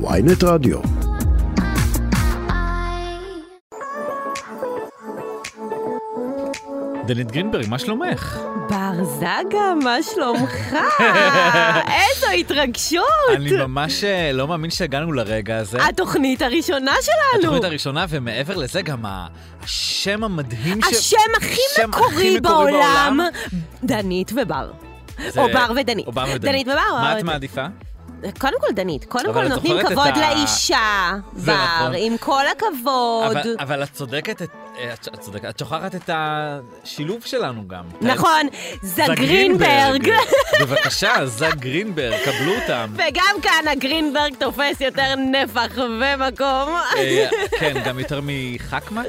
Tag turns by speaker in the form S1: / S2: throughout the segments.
S1: ויינט רדיו.
S2: דלית גרינברג, מה שלומך?
S3: בר זגה, מה שלומך? איזו התרגשות!
S2: אני ממש אה, לא מאמין שהגענו לרגע הזה.
S3: אה, לא. התוכנית הראשונה שלנו!
S2: התוכנית הראשונה, ומעבר לזה גם ה- השם המדהים ש...
S3: השם הכי
S2: השם
S3: מקורי
S2: הכי מקורי
S3: בעולם, דנית ובר.
S2: זה-
S3: או בר ודנית.
S2: או בר ודנית.
S3: דנית ובר.
S2: מה
S3: או-
S2: את מעדיפה?
S3: קודם כל דנית. קודם
S2: אבל
S3: כל
S2: את
S3: נותנים
S2: זוכרת את
S3: כבוד
S2: ה-
S3: לאישה,
S2: זה
S3: בר,
S2: נכון.
S3: עם כל הכבוד.
S2: אבל- אבל את צודקת, את- אה, את את צודקת, את שוכחת את השילוב שלנו גם.
S3: נכון,
S2: את-
S3: זה גרינברג.
S2: בבקשה, זה גרינברג, קבלו אותם.
S3: וגם כאן הגרינברג תופס יותר נפח ומקום.
S2: אה, כן, גם יותר מחכמת.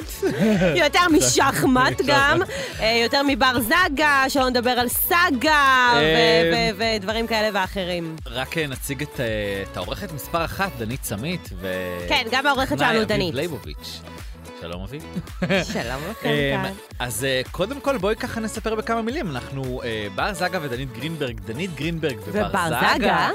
S3: יותר משחמט
S2: משחמט.
S3: גם, אה, יותר מבר זגה, שלא נדבר על סאגה ו-
S2: אה,
S3: ו- ודברים כאלה ואחרים.
S2: רק אה, נציג את אה, את העורכת מספר אחת, דנית סמית, ו...
S3: כן, גם העורכת
S2: טכנאי
S3: שלנו
S2: אביב
S3: דנית.
S2: ליבוביץ'. שלום אביב.
S3: שלום לכם
S2: אמ, אז אה, קודם כל בואי ככה נספר בכמה מילים, אנחנו אה, בר זגה ודנית גרינברג, דנית גרינברג ובר
S3: ובר
S2: זגה.
S3: זגה.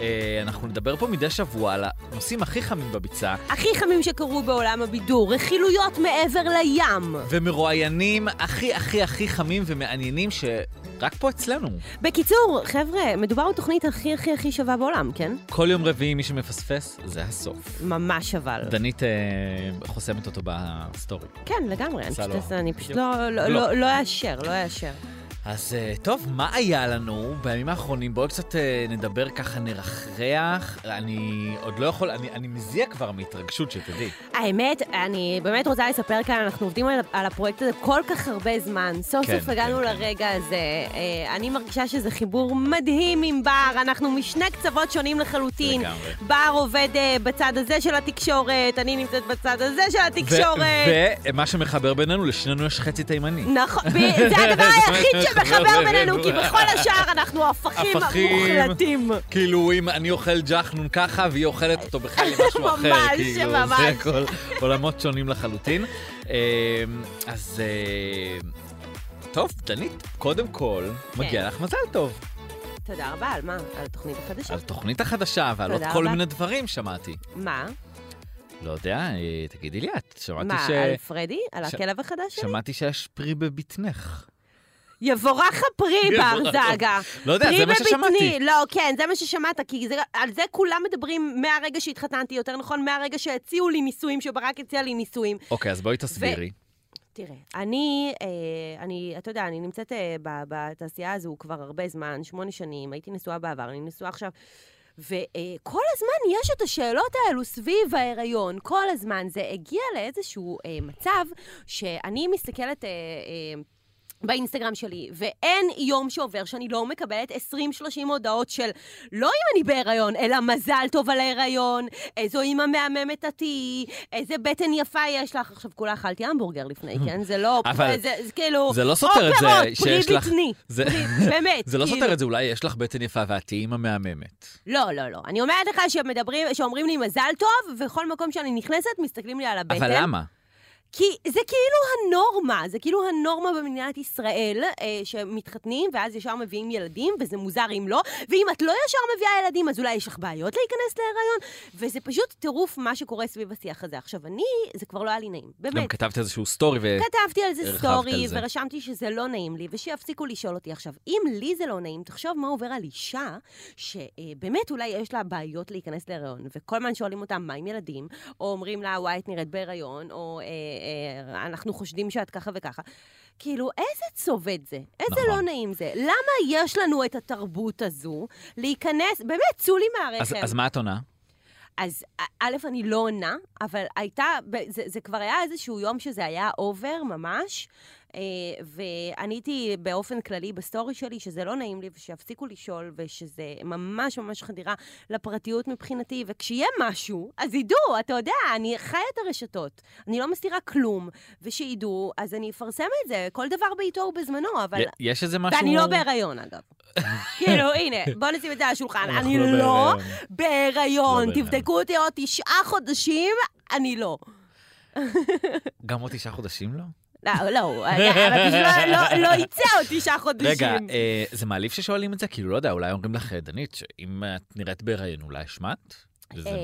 S2: אה, אנחנו נדבר פה מדי שבוע על הנושאים הכי חמים בביצה,
S3: הכי חמים שקרו בעולם הבידור, רכילויות מעבר לים.
S2: ומרואיינים הכי הכי הכי חמים ומעניינים שרק פה אצלנו.
S3: בקיצור, חבר'ה, מדובר בתוכנית הכי הכי הכי שווה בעולם, כן?
S2: כל יום רביעי מי שמפספס זה הסוף.
S3: ממש אבל.
S2: דנית אה, חוסמת אותו בסטורי.
S3: כן, לגמרי, אני
S2: עשה
S3: פשוט
S2: לו-
S3: אעשה- אני פשוט
S2: בדיוק.
S3: לא- לא-
S2: לא.
S3: לא לא אאשר, לא אאשר.
S2: אז אה, טוב, מה היה לנו בימים האחרונים? בואו קצת אה, נדבר ככה, נרחח. אני עוד לא יכול, אני, אני מזיע כבר מהתרגשות, שתדעי.
S3: האמת, אני באמת רוצה לספר כאן, אנחנו עובדים על, על הפרויקט הזה כל כך הרבה זמן. סוף
S2: כן,
S3: סוף הגענו
S2: כן, כן.
S3: לרגע הזה. אה, אני מרגישה שזה חיבור מדהים עם בר, אנחנו משני קצוות שונים לחלוטין.
S2: לגמרי.
S3: בר עובד אה, בצד הזה של התקשורת, אני נמצאת בצד הזה של התקשורת.
S2: ו- ומה שמחבר בינינו, לשנינו יש חצי תימני.
S3: נכון, ב- זה הדבר היחיד
S2: זה
S3: שמחבר
S2: מחבר
S3: בינינו, כי
S2: בינינו.
S3: בכל השאר אנחנו הפכים
S2: הפכים.
S3: מוחלטים.
S2: כאילו, אם אני אוכל ג'חנון ככה, והיא אוכלת אותו בכלל עם משהו אחר.
S3: ממש,
S2: כאילו,
S3: ממש.
S2: זה הכל עולמות שונים לחלוטין. אה, אז... אה, טוב, דנית, קודם כל,
S3: כן.
S2: מגיע לך מזל טוב.
S3: תודה רבה, על מה? על התוכנית החדשה?
S2: על התוכנית החדשה ועל עוד
S3: תודה
S2: כל
S3: רבה.
S2: מיני דברים שמעתי.
S3: מה?
S2: לא יודע, אה, תגידי לי את. שמעתי
S3: מה,
S2: ש...
S3: על פרדי? על
S2: ש-
S3: הכלב החדש שלי?
S2: שמעתי שיש פרי בבטנך.
S3: יבורך הפרי בר
S2: יבורך.
S3: זגה.
S2: לא יודע,
S3: פרי
S2: זה מה ששמעתי.
S3: בבטני. לא, כן, זה מה ששמעת, כי זה- על זה כולם מדברים מהרגע שהתחתנתי, יותר נכון, מהרגע שהציעו לי נישואים, שברק הציע לי נישואים.
S2: אוקיי, אז בואי תסבירי.
S3: תראה, אני, אה, אני, אתה יודע, אני נמצאת אה, ב- בתעשייה הזו כבר הרבה זמן, שמונה שנים, הייתי נשואה בעבר, אני נשואה עכשיו. וכל הזמן יש את השאלות האלו סביב ההיריון, כל הזמן. זה הגיע לאיזשהו אה, מצב שאני מסתכלת... אה, אה, באינסטגרם שלי, ואין יום שעובר שאני לא מקבלת 20-30 הודעות של לא אם אני בהיריון, אלא מזל טוב על ההיריון, איזו אימא מהממת את תהיי, איזה בטן יפה יש לך. עכשיו, כולה אכלתי המבורגר לפני, כן? זה לא...
S2: אבל
S3: זה, זה כאילו...
S2: זה לא סותר את זה
S3: אופרות,
S2: שיש
S3: פרי
S2: לך-
S3: בטני.
S2: זה-
S3: פרי- באמת.
S2: זה לא
S3: כאילו.
S2: סותר את זה, אולי יש לך בטן יפה ואת תהיי אימא מהממת.
S3: לא, לא, לא. אני אומרת לך שמדברים, שאומרים לי מזל טוב, וכל מקום שאני נכנסת, מסתכלים לי על הבטן.
S2: אבל למה?
S3: כי זה כאילו הנורמה, זה כאילו הנורמה במדינת ישראל, אה, שמתחתנים ואז ישר מביאים ילדים, וזה מוזר אם לא, ואם את לא ישר מביאה ילדים, אז אולי יש לך בעיות להיכנס להיריון, וזה פשוט טירוף מה שקורה סביב השיח הזה. עכשיו, אני, זה כבר לא היה לי נעים,
S2: גם
S3: באמת.
S2: כתבת איזשהו סטורי ו...
S3: כתבתי על זה
S2: הרחבת
S3: סטורי,
S2: על זה.
S3: ורשמתי שזה לא נעים לי, ושיפסיקו לשאול אותי עכשיו. אם לי זה לא נעים, תחשוב מה עובר על אישה שבאמת אולי יש לה בעיות להיכנס להיריון, וכל הזמן שואלים אותה, מה עם ילדים? או אומרים לה, וואי, את נראית בהיריון, או אה, אה, אנחנו חושדים שאת ככה וככה. כאילו, איזה צובט זה, איזה
S2: נכון.
S3: לא נעים זה. למה יש לנו את התרבות הזו להיכנס, באמת, צאו לי מהרחם.
S2: אז- אז מה את עונה?
S3: אז א- א', אני לא עונה, אבל הייתה, ב- זה, זה כבר היה איזשהו יום שזה היה אובר ממש, אה, ועניתי באופן כללי בסטורי שלי שזה לא נעים לי ושיפסיקו לשאול ושזה ממש ממש חדירה לפרטיות מבחינתי, וכשיהיה משהו, אז ידעו, אתה יודע, אני חיה את הרשתות, אני לא מסתירה כלום, ושידעו, אז אני אפרסם את זה, כל דבר בעיתו ובזמנו, אבל...
S2: י- יש איזה משהו...
S3: ואני לא בהיריון, אגב. כאילו, הנה, בוא נשים את זה על השולחן.
S2: אנחנו
S3: אני
S2: לא
S3: לא
S2: בהיריון.
S3: בהיריון.
S2: לא בהיריון.
S3: תבדקו אותי עוד תשעה חודשים, אני לא.
S2: גם עוד תשעה חודשים לא?
S3: לא, לא, אבל פשוט לא- לא- לא יצא עוד תשעה
S2: רגע,
S3: חודשים. אה,
S2: אה, זה מעליב ששואלים את זה? כאילו, לא יודע, אולי אומרים לך, דנית, שאם את נראית בהיריון, אולי השמעת? זה-
S3: אה,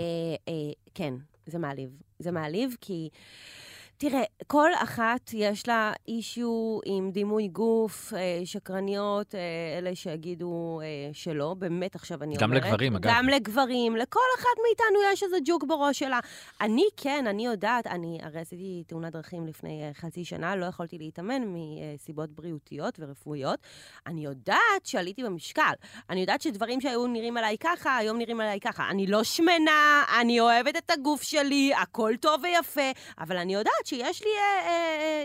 S3: אה, כן, זה מעליב. זה מעליב כי... תראה, כל אחת יש לה אישיו עם דימוי גוף, אה, שקרניות, אה, אלה שיגידו אה, שלא, באמת עכשיו אני
S2: גם
S3: אומרת.
S2: לגברים, אגב.
S3: גם לגברים, לכל אחת מאיתנו יש איזה ג'וק בראש שלה. אני כן, אני יודעת, אני הרי עשיתי תאונת דרכים לפני אה, חצי שנה, לא יכולתי להתאמן מסיבות בריאותיות ורפואיות. אני יודעת שעליתי במשקל. אני יודעת שדברים שהיו נראים עליי ככה, היום נראים עליי ככה. אני לא שמנה, אני אוהבת את הגוף שלי, הכל טוב ויפה, אבל אני יודעת שיש לי אה, אה,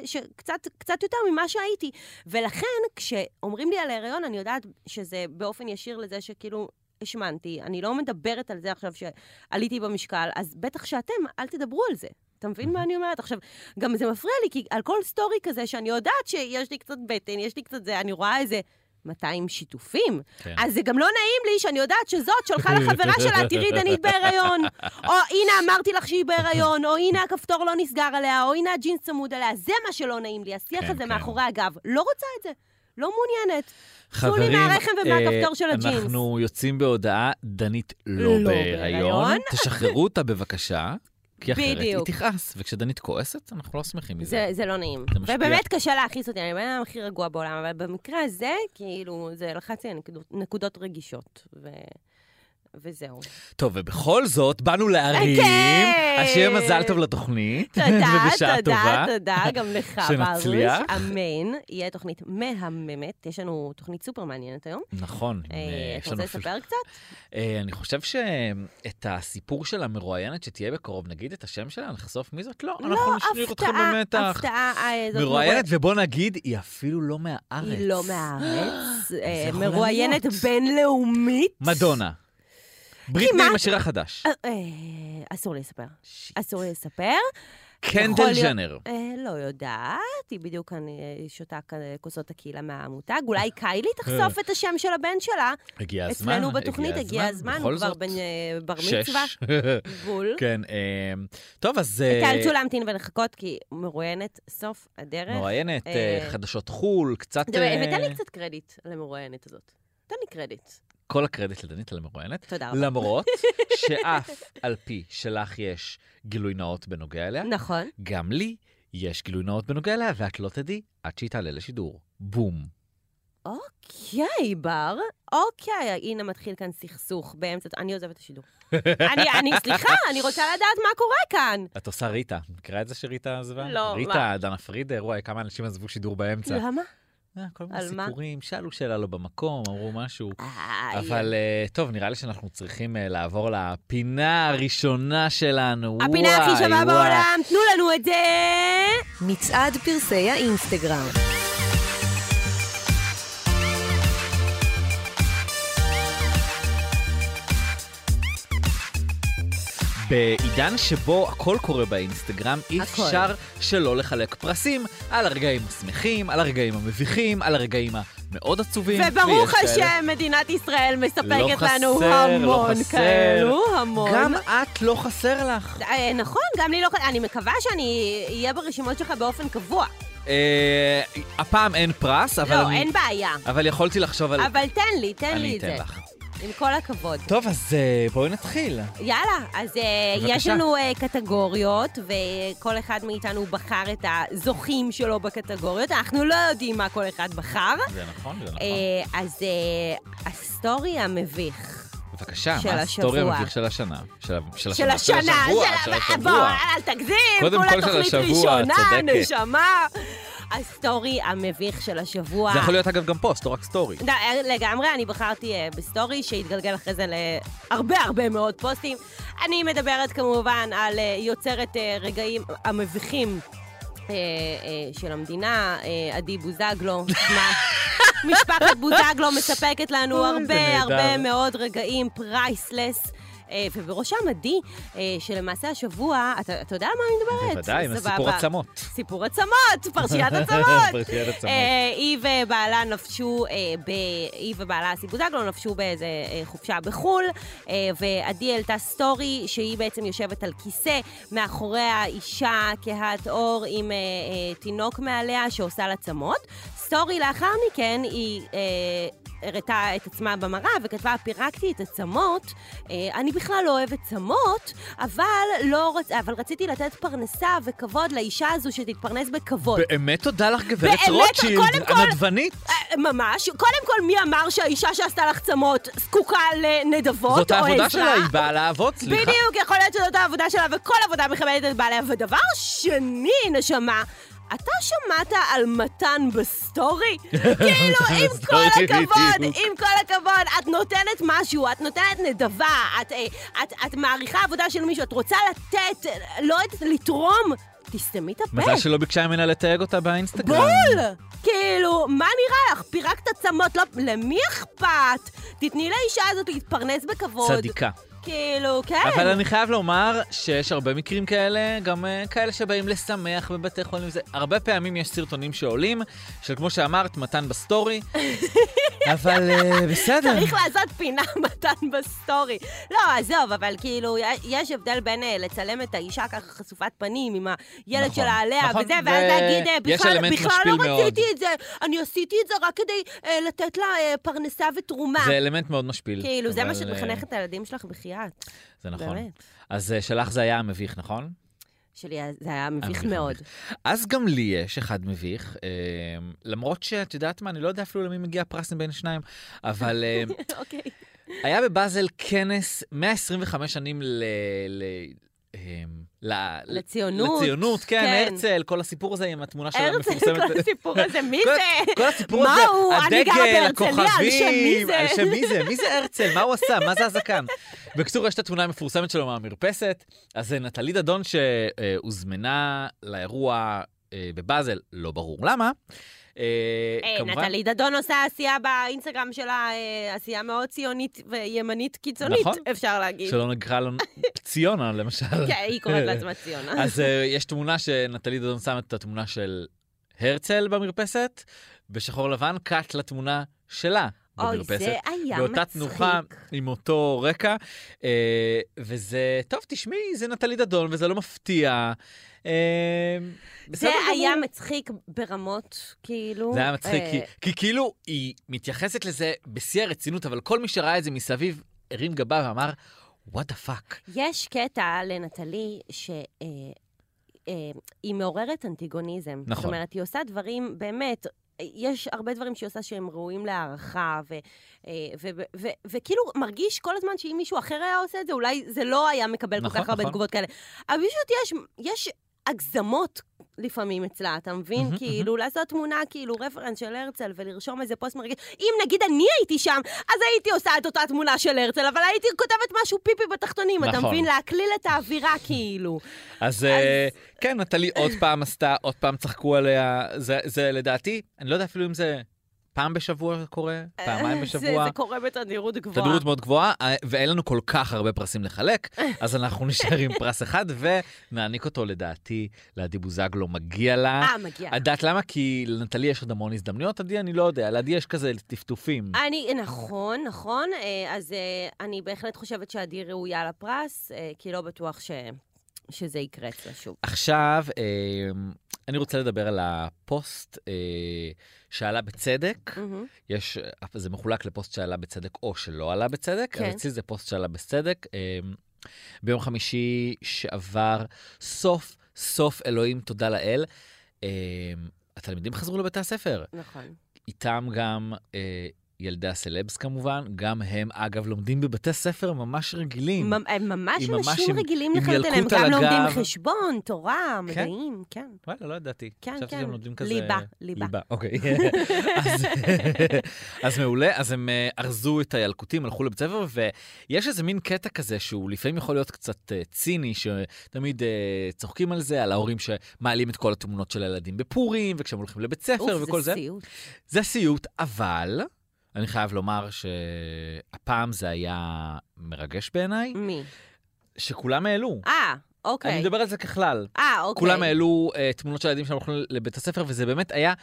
S3: אה, שקצת, קצת יותר ממה שהייתי. ולכן, כשאומרים לי על ההיריון, אני יודעת שזה באופן ישיר לזה שכאילו... השמנתי, אני לא מדברת על זה עכשיו שעליתי במשקל, אז בטח שאתם, אל תדברו על זה. אתה מבין מה אני אומרת? עכשיו, גם זה מפריע לי, כי על כל סטורי כזה, שאני יודעת שיש לי קצת בטן, יש לי קצת זה, אני רואה איזה 200 שיתופים.
S2: כן.
S3: אז זה גם לא נעים לי שאני יודעת שזאת שלחה לחברה שלה, תראי, דנית בהיריון. או הנה אמרתי לך שהיא בהיריון, או הנה הכפתור לא נסגר עליה, או הנה הג'ינס צמוד עליה. זה מה שלא נעים לי, השיח
S2: כן,
S3: הזה
S2: כן.
S3: מאחורי הגב. לא רוצה את זה. לא מעוניינת. תנו לי
S2: חברים,
S3: מהרחם ומהכפתור
S2: אה,
S3: של הג'ינס.
S2: אנחנו יוצאים בהודעה, דנית לא
S3: לא
S2: בהיריון.
S3: בהיריון.
S2: תשחררו אותה בבקשה, כי אחרת היא
S3: בדיוק.
S2: תכעס, וכשדנית כועסת, אנחנו לא שמחים
S3: זה,
S2: מזה.
S3: זה לא נעים.
S2: זה משפיע.
S3: ובאמת קשה להכעיס אותי, אני הבן אדם הכי רגוע בעולם, אבל במקרה הזה, כאילו, זה לחץ לי על נקודות, נקודות רגישות, ו... וזהו.
S2: טוב, ובכל זאת, באנו להרים.
S3: אוקיי.
S2: אז שיהיה מזל טוב לתוכנית.
S3: תודה,
S2: ובשעה
S3: תודה,
S2: טובה.
S3: תודה, גם לך, ברוש.
S2: שנצליח.
S3: אמן. יהיה תוכנית מהממת. יש לנו תוכנית סופר מעניינת היום.
S2: נכון.
S3: אה,
S2: אה, יש
S3: אתה
S2: לנו
S3: רוצה
S2: אפילו-
S3: לספר קצת?
S2: אה, אני חושב שאת הסיפור של המרואיינת שתהיה בקרוב, נגיד את השם שלה, נחשוף מי זאת? לא, אנחנו נשאיר אתכם במתח.
S3: הפתעה, אה, זאת
S2: מרואיינת, ובוא נגיד, היא אפילו לא מהארץ.
S3: היא לא מהארץ. אה,
S2: יכול
S3: מרואיינת
S2: להיות?
S3: בינלאומית.
S2: מדונה. בריטני
S3: כמעט.
S2: עם השירה חדש.
S3: אה, אה, אסור לי לספר. אסור לי לספר. יכול
S2: קנדל
S3: להיות-
S2: ג'נר.
S3: אה, לא יודעת, היא בדיוק אני אה, שותה כ- כוסות הקהילה מהמותג.
S2: אה,
S3: אולי קיילי תחשוף את השם של הבן שלה.
S2: הגיע הזמן.
S3: אצלנו בתוכנית הגיע הזמן, הוא
S2: בכל
S3: כבר
S2: זאת.
S3: בן אה, בר
S2: שש.
S3: מצווה. בול.
S2: כן, אה, טוב, אז... אה,
S3: תאלצו להמתין ולחכות, כי מרואיינת סוף הדרך.
S2: מרואיינת, אה,
S3: אה,
S2: חדשות חו"ל, קצת...
S3: אתה יודע,
S2: אה,
S3: ותן לי קצת קרדיט למרואיינת הזאת. תן לי קרדיט.
S2: כל הקרדיט לדנית על המרואיינת.
S3: תודה רבה.
S2: למרות שאף על פי שלך יש גילוי נאות בנוגע אליה,
S3: נכון.
S2: גם לי יש גילוי נאות בנוגע אליה, ואת לא תדעי עד שהיא תעלה לשידור. בום.
S3: אוקיי, בר. אוקיי, הנה מתחיל כאן סכסוך באמצע... אני עוזבת את השידור. אני, אני, סליחה, אני רוצה לדעת מה קורה כאן.
S2: את עושה ריטה. מכירה את זה שריטה עזבה?
S3: לא,
S2: ריטה, דנה פרידר, וואי, כמה אנשים עזבו שידור באמצע.
S3: למה?
S2: אה, כל מיני
S3: לא. על מה?
S2: סיפורים, שאלו שאלה לא במקום, אמרו משהו.
S3: איי.
S2: אבל אה, טוב, נראה לי שאנחנו צריכים אה, לעבור לפינה הראשונה שלנו.
S3: הפינה הכי
S2: וואי,
S3: שווה
S2: וואי.
S3: בעולם, תנו לנו את זה!
S1: מצעד פרסי האינסטגרם.
S2: בעידן שבו הכל קורה באינסטגרם, אי
S3: הכל.
S2: אפשר שלא לחלק פרסים על הרגעים השמחים, על הרגעים המביכים, על הרגעים המאוד עצובים.
S3: וברוך
S2: ויש כאלה.
S3: השם, מדינת ישראל
S2: לא
S3: מספקת
S2: חסר,
S3: לנו
S2: לא
S3: המון
S2: חסר.
S3: כאלו, המון.
S2: גם את לא חסר לך.
S3: אה, נכון, גם לי לא... ח- אני מקווה שאני אהיה ברשימות שלך באופן קבוע.
S2: אה, הפעם אין פרס, אבל
S3: לא,
S2: אני-
S3: אין בעיה.
S2: אבל יכולתי לחשוב על...
S3: אבל תן לי, תן לי
S2: אני
S3: את זה.
S2: אתן לך.
S3: עם כל הכבוד.
S2: טוב, אז אה, בואי נתחיל.
S3: יאללה, אז אה,
S2: בבקשה.
S3: יש לנו אה, קטגוריות, וכל אחד מאיתנו בחר את הזוכים שלו בקטגוריות. אנחנו לא יודעים מה כל אחד בחר.
S2: זה נכון, זה נכון.
S3: אה, אז אה, הסטורי המביך.
S2: בבקשה,
S3: של
S2: מה הסטורי
S3: השבוע.
S2: המביך של השנה? של ה-
S3: של השנה,
S2: של השבוע, של
S3: בוא,
S2: השבוע.
S3: אל תגזים,
S2: קודם כל
S3: כולה
S2: של
S3: תוכנית
S2: השבוע,
S3: ראשונה,
S2: צודקת.
S3: נשמה. הסטורי המביך של השבוע.
S2: זה יכול להיות אגב גם פוסט, לא רק סטורי.
S3: ד- לגמרי, אני בחרתי אה, בסטורי שהתגלגל אחרי זה להרבה הרבה מאוד פוסטים. אני מדברת כמובן על אה, יוצרת אה, רגעים המביכים אה, אה, של המדינה, אה, עדי בוזגלו. מה? משפחת בוזגלו מספקת לנו
S2: אוי, זה נהדר.
S3: הרבה הרבה מאוד רגעים פרייסלס. אה, ובראשם עדי, אה, שלמעשה השבוע, אתה, אתה יודע על מה אני מדברת?
S2: בוודאי, עם
S3: סבבה.
S2: הסיפור עצמות.
S3: סיפור עצמות, פרשיית עצמות.
S2: פרשיית עצמות.
S3: אה, היא ובעלה נפשו, אה, ב- היא ובעלה אסי בוזגלו נפשו באיזה אה, חופשה בחו"ל, אה, ועדי העלתה סטורי שהיא בעצם יושבת על כיסא, מאחוריה אישה כהת עור עם אה, אה, תינוק מעליה שעושה לה צמות. סטורי לאחר מכן היא... אה, הראתה את עצמה במראה וכתבה, פירקתי את הצמות, אה, אני בכלל לא אוהבת צמות, אבל, לא רצ... אבל רציתי לתת פרנסה וכבוד לאישה הזו שתתפרנס בכבוד.
S2: באמת תודה לך, גברת
S3: באמת,
S2: רוטשילד,
S3: קודם כל-
S2: הנדבנית.
S3: אה, ממש. קודם כל, מי אמר שהאישה שעשתה לך צמות זקוקה לנדבות או עזרה?
S2: זאת העבודה שלה, היא באה לעבוד, סליחה.
S3: אה? בדיוק, יכול להיות שזאת העבודה שלה, וכל עבודה מכבדת את בעליה. ודבר שני, נשמה, אתה שמעת על מתן בסטורי? כאילו, עם כל
S2: בסטורי,
S3: הכבוד,
S2: בדיוק.
S3: עם כל הכבוד, את נותנת משהו, את נותנת נדבה, את, אה, את, את מעריכה עבודה של מישהו, את רוצה לתת, אה, לא יודעת, לתרום. תסתמי את הפה.
S2: מזל שלא ביקשה ממנה לתייג אותה באינסטגרם.
S3: בול! כאילו, מה נראה לך? פירקת צמות, לא... למי אכפת? תתני לאישה הזאת להתפרנס בכבוד.
S2: צדיקה.
S3: כאילו, כן.
S2: אבל אני חייב לומר שיש הרבה מקרים כאלה, גם אה, כאלה שבאים לשמח בבתי חולים. זה, הרבה פעמים יש סרטונים שעולים, של כמו שאמרת, מתן בסטורי, אבל אה, בסדר.
S3: צריך לעשות פינה מתן בסטורי. לא, עזוב, אבל כאילו, יש הבדל בין אה, לצלם את האישה ככה חשופת פנים עם הילד
S2: נכון,
S3: שלה עליה
S2: נכון,
S3: וזה,
S2: ו-
S3: ואז להגיד, אה,
S2: יש
S3: בכלל,
S2: אלמנט
S3: בכלל
S2: משפיל
S3: לא
S2: מאוד."
S3: רציתי את זה, אני עשיתי את זה רק כדי אה, לתת לה אה, פרנסה ותרומה.
S2: זה אלמנט מאוד משפיל.
S3: כאילו, זה מה
S2: אבל,
S3: שאת
S2: אה,
S3: מחנכת את הילדים שלך בחייאת.
S2: זה נכון.
S3: באמת.
S2: אז אה, שלך זה היה המביך, נכון?
S3: שלי, אה, זה היה מביך
S2: מביך,
S3: מאוד.
S2: אז גם לי יש אחד מביך, אה, למרות שאת יודעת מה, אני לא יודע אפילו למי מגיע הפרס מבין שניים, אבל אה,
S3: אוקיי.
S2: היה בבאזל כנס 125 שנים ל... ל... אמ, ל-
S3: לציונות.
S2: לציונות, כן,
S3: כן.
S2: הרצל, כל הסיפור הזה עם התמונה שלו
S3: הרצל,
S2: המפורסמת.
S3: כל הסיפור הזה, מי
S2: כל-
S3: זה?
S2: כל הסיפור
S3: מה
S2: הזה,
S3: הוא? אני גרה
S2: הדגל,
S3: בהרצליה, על שם מי
S2: הכוכבים,
S3: זה?
S2: על שם מי זה? מי זה הרצל? מה הוא עשה? מה זה הזקן? בקיצור, יש את התמונה המפורסמת שלו מהמרפסת. אז זה נטלי דדון שהוזמנה לאירוע אה, בבאזל, לא ברור למה. אה,
S3: אה,
S2: כמובן-
S3: נטלי דדון עושה עשייה באינסטגרם שלה, אה, עשייה מאוד ציונית וימנית קיצונית,
S2: נכון.
S3: אפשר להגיד.
S2: שלא נקרא לו ציונה, למשל.
S3: כן, היא קוראת לעצמה ציונה.
S2: אז אה, יש תמונה שנטלי דדון שמה את התמונה של הרצל במרפסת, בשחור לבן קאט לתמונה שלה
S3: אוי,
S2: במרפסת.
S3: זה היה מצחיק.
S2: אה, באותה תנוחה, עם אותו רקע, אה, וזה, טוב, תשמעי, זה נטלי דדון, וזה לא מפתיע. אה,
S3: זה
S2: בסדר
S3: היה
S2: גמור.
S3: מצחיק ברמות, כאילו.
S2: זה היה מצחיק,
S3: אה,
S2: כי, כי כאילו היא מתייחסת לזה בשיא הרצינות, אבל כל מי שראה את זה מסביב הרים גבה ואמר, וואט דה פאק.
S3: יש קטע לנטלי שהיא מעוררת אנטיגוניזם.
S2: נכון.
S3: זאת אומרת, היא עושה דברים, באמת, אה, יש הרבה דברים שהיא עושה שהם ראויים להערכה, ו- אה, ו- ו- ו- וכאילו מרגיש כל הזמן שאם מישהו אחר היה עושה את זה, אולי זה לא היה מקבל
S2: נכון,
S3: כל כך הרבה
S2: נכון.
S3: תגובות כאלה. אבל פשוט יש, יש הגזמות. לפעמים אצלה, אתה מבין?
S2: מהמם,
S3: כאילו, לעשות תמונה, כאילו, רפרנס של הרצל ולרשום איזה פוסט מרגיש. אם נגיד אני הייתי שם, אז הייתי עושה את אותה תמונה של הרצל, אבל הייתי כותבת משהו פיפי בתחתונים, אתה
S2: נכון.
S3: מבין? להקליל את האווירה, כאילו.
S2: אז אה, כן, נטלי עוד פעם עשתה, עוד פעם צחקו עליה, זה- זה לדעתי, אני לא יודע אפילו אם זה פעם בשבוע קורה, פעמיים
S3: אה, זה-
S2: בשבוע.
S3: זה קורה בתדירות גבוהה.
S2: תדירות מאוד גבוהה, אה, ואין לנו כל כך הרבה פרסים לחלק, אז אנחנו נשאר עם פרס אחד, ונעניק אותו לדעתי לעדי בוזגלו, מגיע לה.
S3: אה, מגיע.
S2: את יודעת למה? כי לנטלי יש עוד המון הזדמנויות, עדי אני לא יודע, לעדי יש כזה טפטופים.
S3: אני, נכון, נכון, אה, אז אה, אני בהחלט חושבת שעדי ראויה לפרס, אה, כי לא בטוח ש- שזה יקרה אצלה שוב.
S2: עכשיו, אה, אני רוצה לדבר על הפוסט אה, שעלה בצדק.
S3: מהמם.
S2: יש, אה, זה מחולק לפוסט שעלה בצדק או שלא עלה בצדק,
S3: כן.
S2: אז אצלי זה פוסט שעלה בצדק. אמ, ביום חמישי שעבר, סוף, סוף, אלוהים, תודה לאל, אמ, התלמידים חזרו לבתי הספר.
S3: נכון.
S2: איתם גם אה, ילדי הסלבס כמובן, גם הם, אגב, לומדים בבתי ספר ממש רגילים.
S3: ממ- הם ממש
S2: היא ממש
S3: אנשים
S2: עם-
S3: רגילים
S2: עם
S3: לחלוטין, הם
S2: ילקוט על
S3: גם לומדים
S2: הגב.
S3: חשבון, תורה,
S2: כן?
S3: מדעים, כן.
S2: וואלה, לא ידעתי.
S3: כן,
S2: חשבתי
S3: כן.
S2: שהם לומדים כזה...
S3: ליבה, ליבה.
S2: אוקיי. אז- אז מעולה, אז הם אה, ארזו את הילקוטים, הלכו לבית ספר, ויש איזה מין קטע כזה שהוא לפעמים יכול להיות קצת אה, ציני, שתמיד אה, צוחקים על זה, על ההורים שמעלים את כל התמונות של הילדים בפורים, וכשהם הולכים לבית ספר
S3: אוף,
S2: וכל
S3: זה
S2: זה.
S3: סיוט.
S2: זה סיוט, אבל אני חייב לומר שהפעם זה היה מרגש בעיניי,
S3: מי?
S2: שכולם העלו.
S3: אה,
S2: אני
S3: אוקיי.
S2: מדבר על זה ככלל.
S3: אה, אוקיי.
S2: כולם העלו אה, תמונות של הילדים שלהם הולכים לבית הספר, וזה באמת היה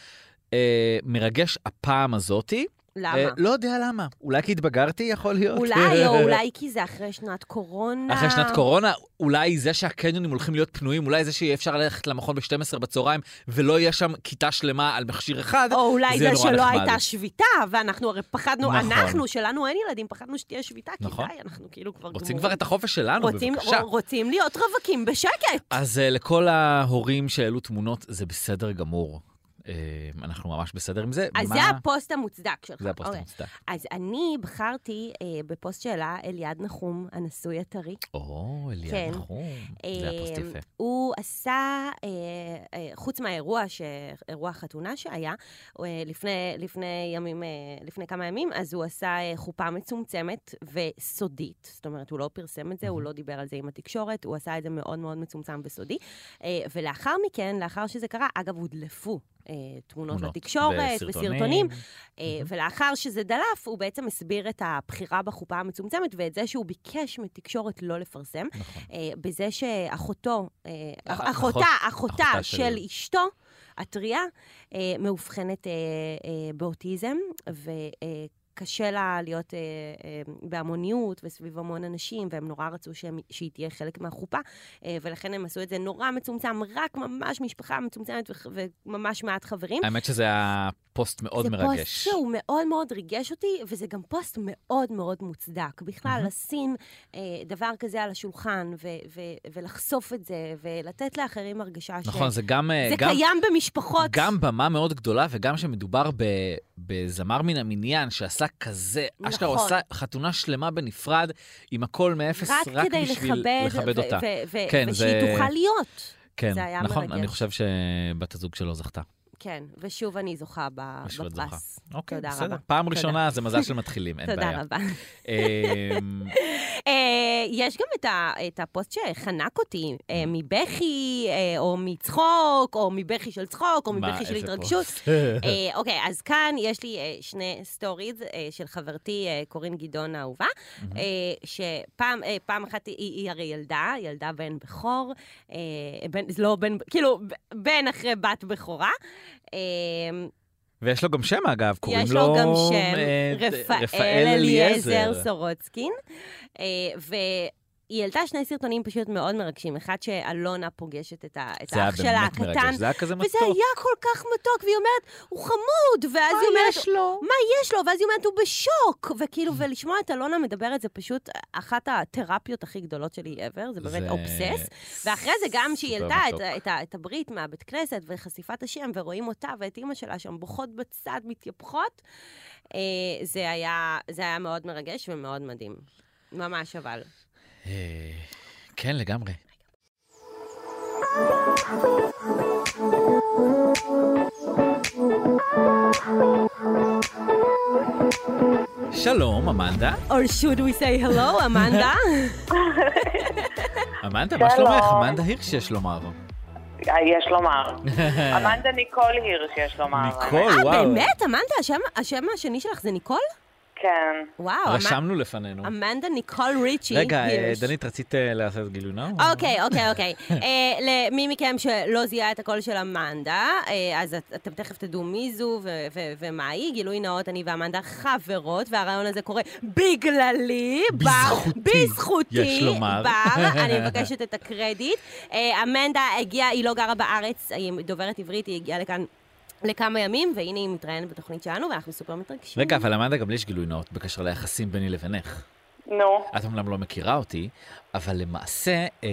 S2: אה, מרגש הפעם הזאתי.
S3: למה?
S2: אה, לא יודע למה. אולי כי התבגרתי, יכול להיות.
S3: אולי, או אולי לא. כי זה אחרי שנת קורונה.
S2: אחרי שנת קורונה, אולי זה שהקניונים הולכים להיות פנויים, אולי זה שיהיה אפשר ללכת למכון ב-12 בצהריים ולא יהיה שם כיתה שלמה על מכשיר אחד,
S3: או אולי זה,
S2: נורא
S3: שלא
S2: נחמד.
S3: הייתה שביתה, ואנחנו הרי פחדנו,
S2: נכון.
S3: אנחנו, שלנו אין ילדים, פחדנו שתהיה שביתה,
S2: נכון.
S3: כי די, אנחנו כאילו כבר
S2: רוצים
S3: גמורים.
S2: כבר את החופש שלנו,
S3: רוצים,
S2: בבקשה.
S3: רוצים להיות רווקים בשקט.
S2: אז אה, לכל ההורים שהעלו תמונות, זה בסדר גמור. אה, אנחנו ממש בסדר עם זה.
S3: אז
S2: מה-
S3: זה הפוסט המוצדק שלך.
S2: זה הפוסט
S3: אוקיי.
S2: המוצדק.
S3: אז אני בחרתי אה, בפוסט שלה אליעד נחום, הנשוי הטרי.
S2: או,
S3: כן.
S2: אליעד נחום. זה היה פוסט
S3: אה,
S2: יפה.
S3: הוא עשה, אה, אה, חוץ מהאירוע, ש... אירוע החתונה שהיה, אה, לפני, לפני, ימים, אה, לפני כמה ימים, אז הוא עשה אה, חופה מצומצמת וסודית. זאת אומרת, הוא לא פרסם את זה, הוא לא דיבר על זה עם התקשורת, הוא עשה את זה מאוד מאוד מצומצם וסודי. אה, ולאחר מכן, לאחר שזה קרה, אגב, הודלפו. אה, תמונות
S2: תמונות
S3: לתקשורת וסרטונים, אה,
S2: מהמם.
S3: ולאחר שזה דלף, הוא בעצם הסביר את הבחירה בחופה המצומצמת ואת זה שהוא ביקש מתקשורת לא לפרסם.
S2: נכון.
S3: אה, בזה שאחותו, אה, אח-
S2: אח-
S3: אחותה, אחותה
S2: אחותה
S3: של
S2: של-
S3: אשתו, הטריה, אה, מאובחנת אה, אה, באוטיזם, וקשה לה להיות אה, אה, בהמוניות וסביב המון אנשים, והם נורא רצו שהם- שהיא תהיה חלק מהחופה, אה, ולכן הם עשו את זה נורא מצומצם, רק ממש משפחה מצומצמת וח- וממש מעט חברים.
S2: האמת שזה היה פוסט מאוד
S3: זה פוסט
S2: מרגש.
S3: שהוא מאוד מאוד ריגש אותי, וזה גם פוסט מאוד מאוד מוצדק. בכלל,
S2: מהמם.
S3: לשים אה, דבר כזה על השולחן, ו- ו- ולחשוף את זה, ולתת לאחרים הרגשה ש...
S2: נכון, זה גם... אה,
S3: כן. זה
S2: גם-
S3: קיים במשפחות.
S2: גם במה מאוד גדולה, וגם שמדובר ב, בזמר מן המניין שעשה כזה,
S3: נכון.
S2: אשכרה עושה חתונה שלמה בנפרד, עם הכל מאפס,
S3: רק,
S2: רק,
S3: כדי
S2: בשביל
S3: לכבד,
S2: לכבד
S3: ו-
S2: אותה.
S3: ו- ו-
S2: כן,
S3: ושהיא
S2: זה-
S3: תוכל להיות.
S2: כן,
S3: זה היה
S2: נכון,
S3: מרגש.
S2: אני חושב שבת הזוג שלו זכתה.
S3: כן, ושוב אני זוכה ב-
S2: ושוב את זוכה.
S3: בפרס.
S2: אוקיי,
S3: תודה
S2: בסדר.
S3: רבה.
S2: פעם
S3: תודה.
S2: ראשונה זה מזל של מתחילים, אין
S3: תודה
S2: בעיה.
S3: רבה.
S2: אמ,
S3: אה, יש גם את, ה, את הפוסט שחנק אותי, אה, מבכי, אה, או מצחוק, או מבכי של צחוק, או
S2: מה,
S3: מבכי של
S2: איזה
S3: התרגשות.
S2: פוסט.
S3: אה, אוקיי, אז כאן יש לי אה, שני סטוריז אה, של חברתי אה, קורין גדעון האהובה, אה, שפעם אה, פעם אחת היא, היא הרי ילדה, ילדה בן בכור, אה, בן, זה לא בן, כאילו, ב- בן אחרי בת בכורה. אה,
S2: ויש לו גם שם, אגב, קוראים
S3: יש
S2: לו...
S3: לו גם שם,
S2: אה,
S3: רפאל אליעזר סורוצקין, אה, ו... היא העלתה שני סרטונים פשוט מאוד מרגשים, אחד שאלונה פוגשת את, ה, את
S2: זה היה
S3: האח שלה
S2: באמת
S3: הקטן,
S2: מרגש, זה היה כזה
S3: וזה
S2: מתוק.
S3: היה כל כך מתוק, והיא אומרת, הוא חמוד, ואז היא אומרת,
S2: לו?
S3: יש לו, ואז היא אומרת, הוא בשוק. וכאילו, ולשמוע את אלונה מדברת, זה פשוט אחת התרפיות הכי גדולות שלי ever, זה באמת אובסס. ואחרי זה גם שהיא
S2: סופר
S3: ילדה את,
S2: מתוק.
S3: את, ה- את הברית מהבית כנסת וחשיפת השם, ורואים אותה ואת אימא שלה שם בוכות בצד, מתייפחות, אה, זה, היה, זה היה מאוד מרגש ומאוד מדהים. ממש אבל.
S2: אה, כן, לגמרי. שלום, אמנדה.
S3: Or should we say hello, אמנדה? אה,
S2: אמנדה, מה
S4: שלום.
S2: שלומך? אמנדה הירש, יש לומר.
S4: אה, יש לומר. אמנדה ניקול הירש, יש לומר.
S2: ניקול, וואו.
S3: אה, באמת, אמנדה, השם, השם השני שלך זה ניקול?
S4: כן.
S3: וואו, אמנ-
S2: רשמנו לפנינו.
S3: אמנדה ניקול ריצ'י.
S2: רגע, אה,
S3: אמ, הירש.
S2: דנית, רצית אה, לעשות גילוי נאור?
S3: אוקיי, אוקיי, אוקיי. אה, למי מכם שלא זיהה את הקול של אמנדה, אה, אז את- אתם תכף תדעו מי זו ו- ו- ומה היא. גילוי נאות, אני ואמנדה חברות, והרעיון הזה קורה בגללי. בר-
S2: בזכותי,
S3: בזכותי,
S2: יש לומר.
S3: בר, אני מבקשת את הקרדיט. אה, אמנדה הגיעה, היא לא גרה בארץ, היא דוברת עברית, היא הגיעה לכאן. לכמה ימים, והנה היא מתראיינת בתוכנית שלנו, ואנחנו סופר מתרגשים.
S2: רגע, אבל אמנדה, גם לי יש גילוי נאות בקשר ליחסים ביני לבינך.
S4: נו.
S2: את אומנם לא מכירה אותי, אבל למעשה, אה,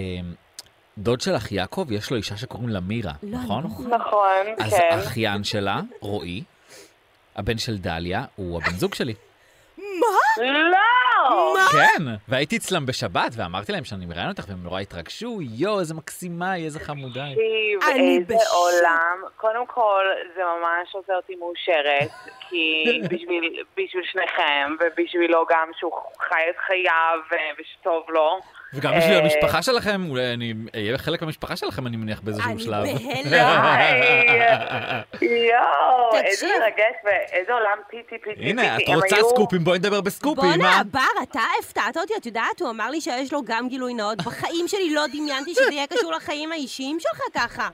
S2: דוד שלך, יעקב, יש לו אישה שקוראים לה מירה,
S3: לא, אני
S2: נכון?
S3: לא יכולה.
S4: נכון,
S2: אז
S4: כן.
S2: האחיין שלה, רועי, הבן של דליה, הוא הבן זוג שלי.
S4: לא!
S2: כן, והייתי אצלם בשבת, ואמרתי להם שאני מראיין אותך, והם נורא התרגשו, יואו, איזה מקסימה היא, איזה חמודה היא.
S4: תקשיב,
S3: אני
S4: איזה
S3: בשוק.
S4: עולם. קודם כל, זה ממש עושה אותי מאושרת, כי בשביל בשביל שניכם, ובשבילו גם שהוא חי את חייו אה, ושטוב לו.
S2: וגם בשביל
S4: אה,
S2: המשפחה שלכם, אולי אני אהיה חלק מהמשפחה שלכם, אני מניח, באיזשהו
S3: אני
S2: שלב.
S3: בהלם.
S4: יואו, איזה
S3: תקשיב.
S4: מרגש ואיזה עולם פיצי פיצי פיצי.
S2: הנה, את
S4: הם
S2: רוצה
S4: היו-
S2: סקופים, בואי נדבר בסקופים,
S3: בואנה,
S2: אה?
S3: בר, אתה הפתעת אותי, את יודעת, הוא אמר לי שיש לו גם גילוי נאות. בחיים שלי לא דמיינתי שזה יהיה קשור לחיים האישיים שלך ככה.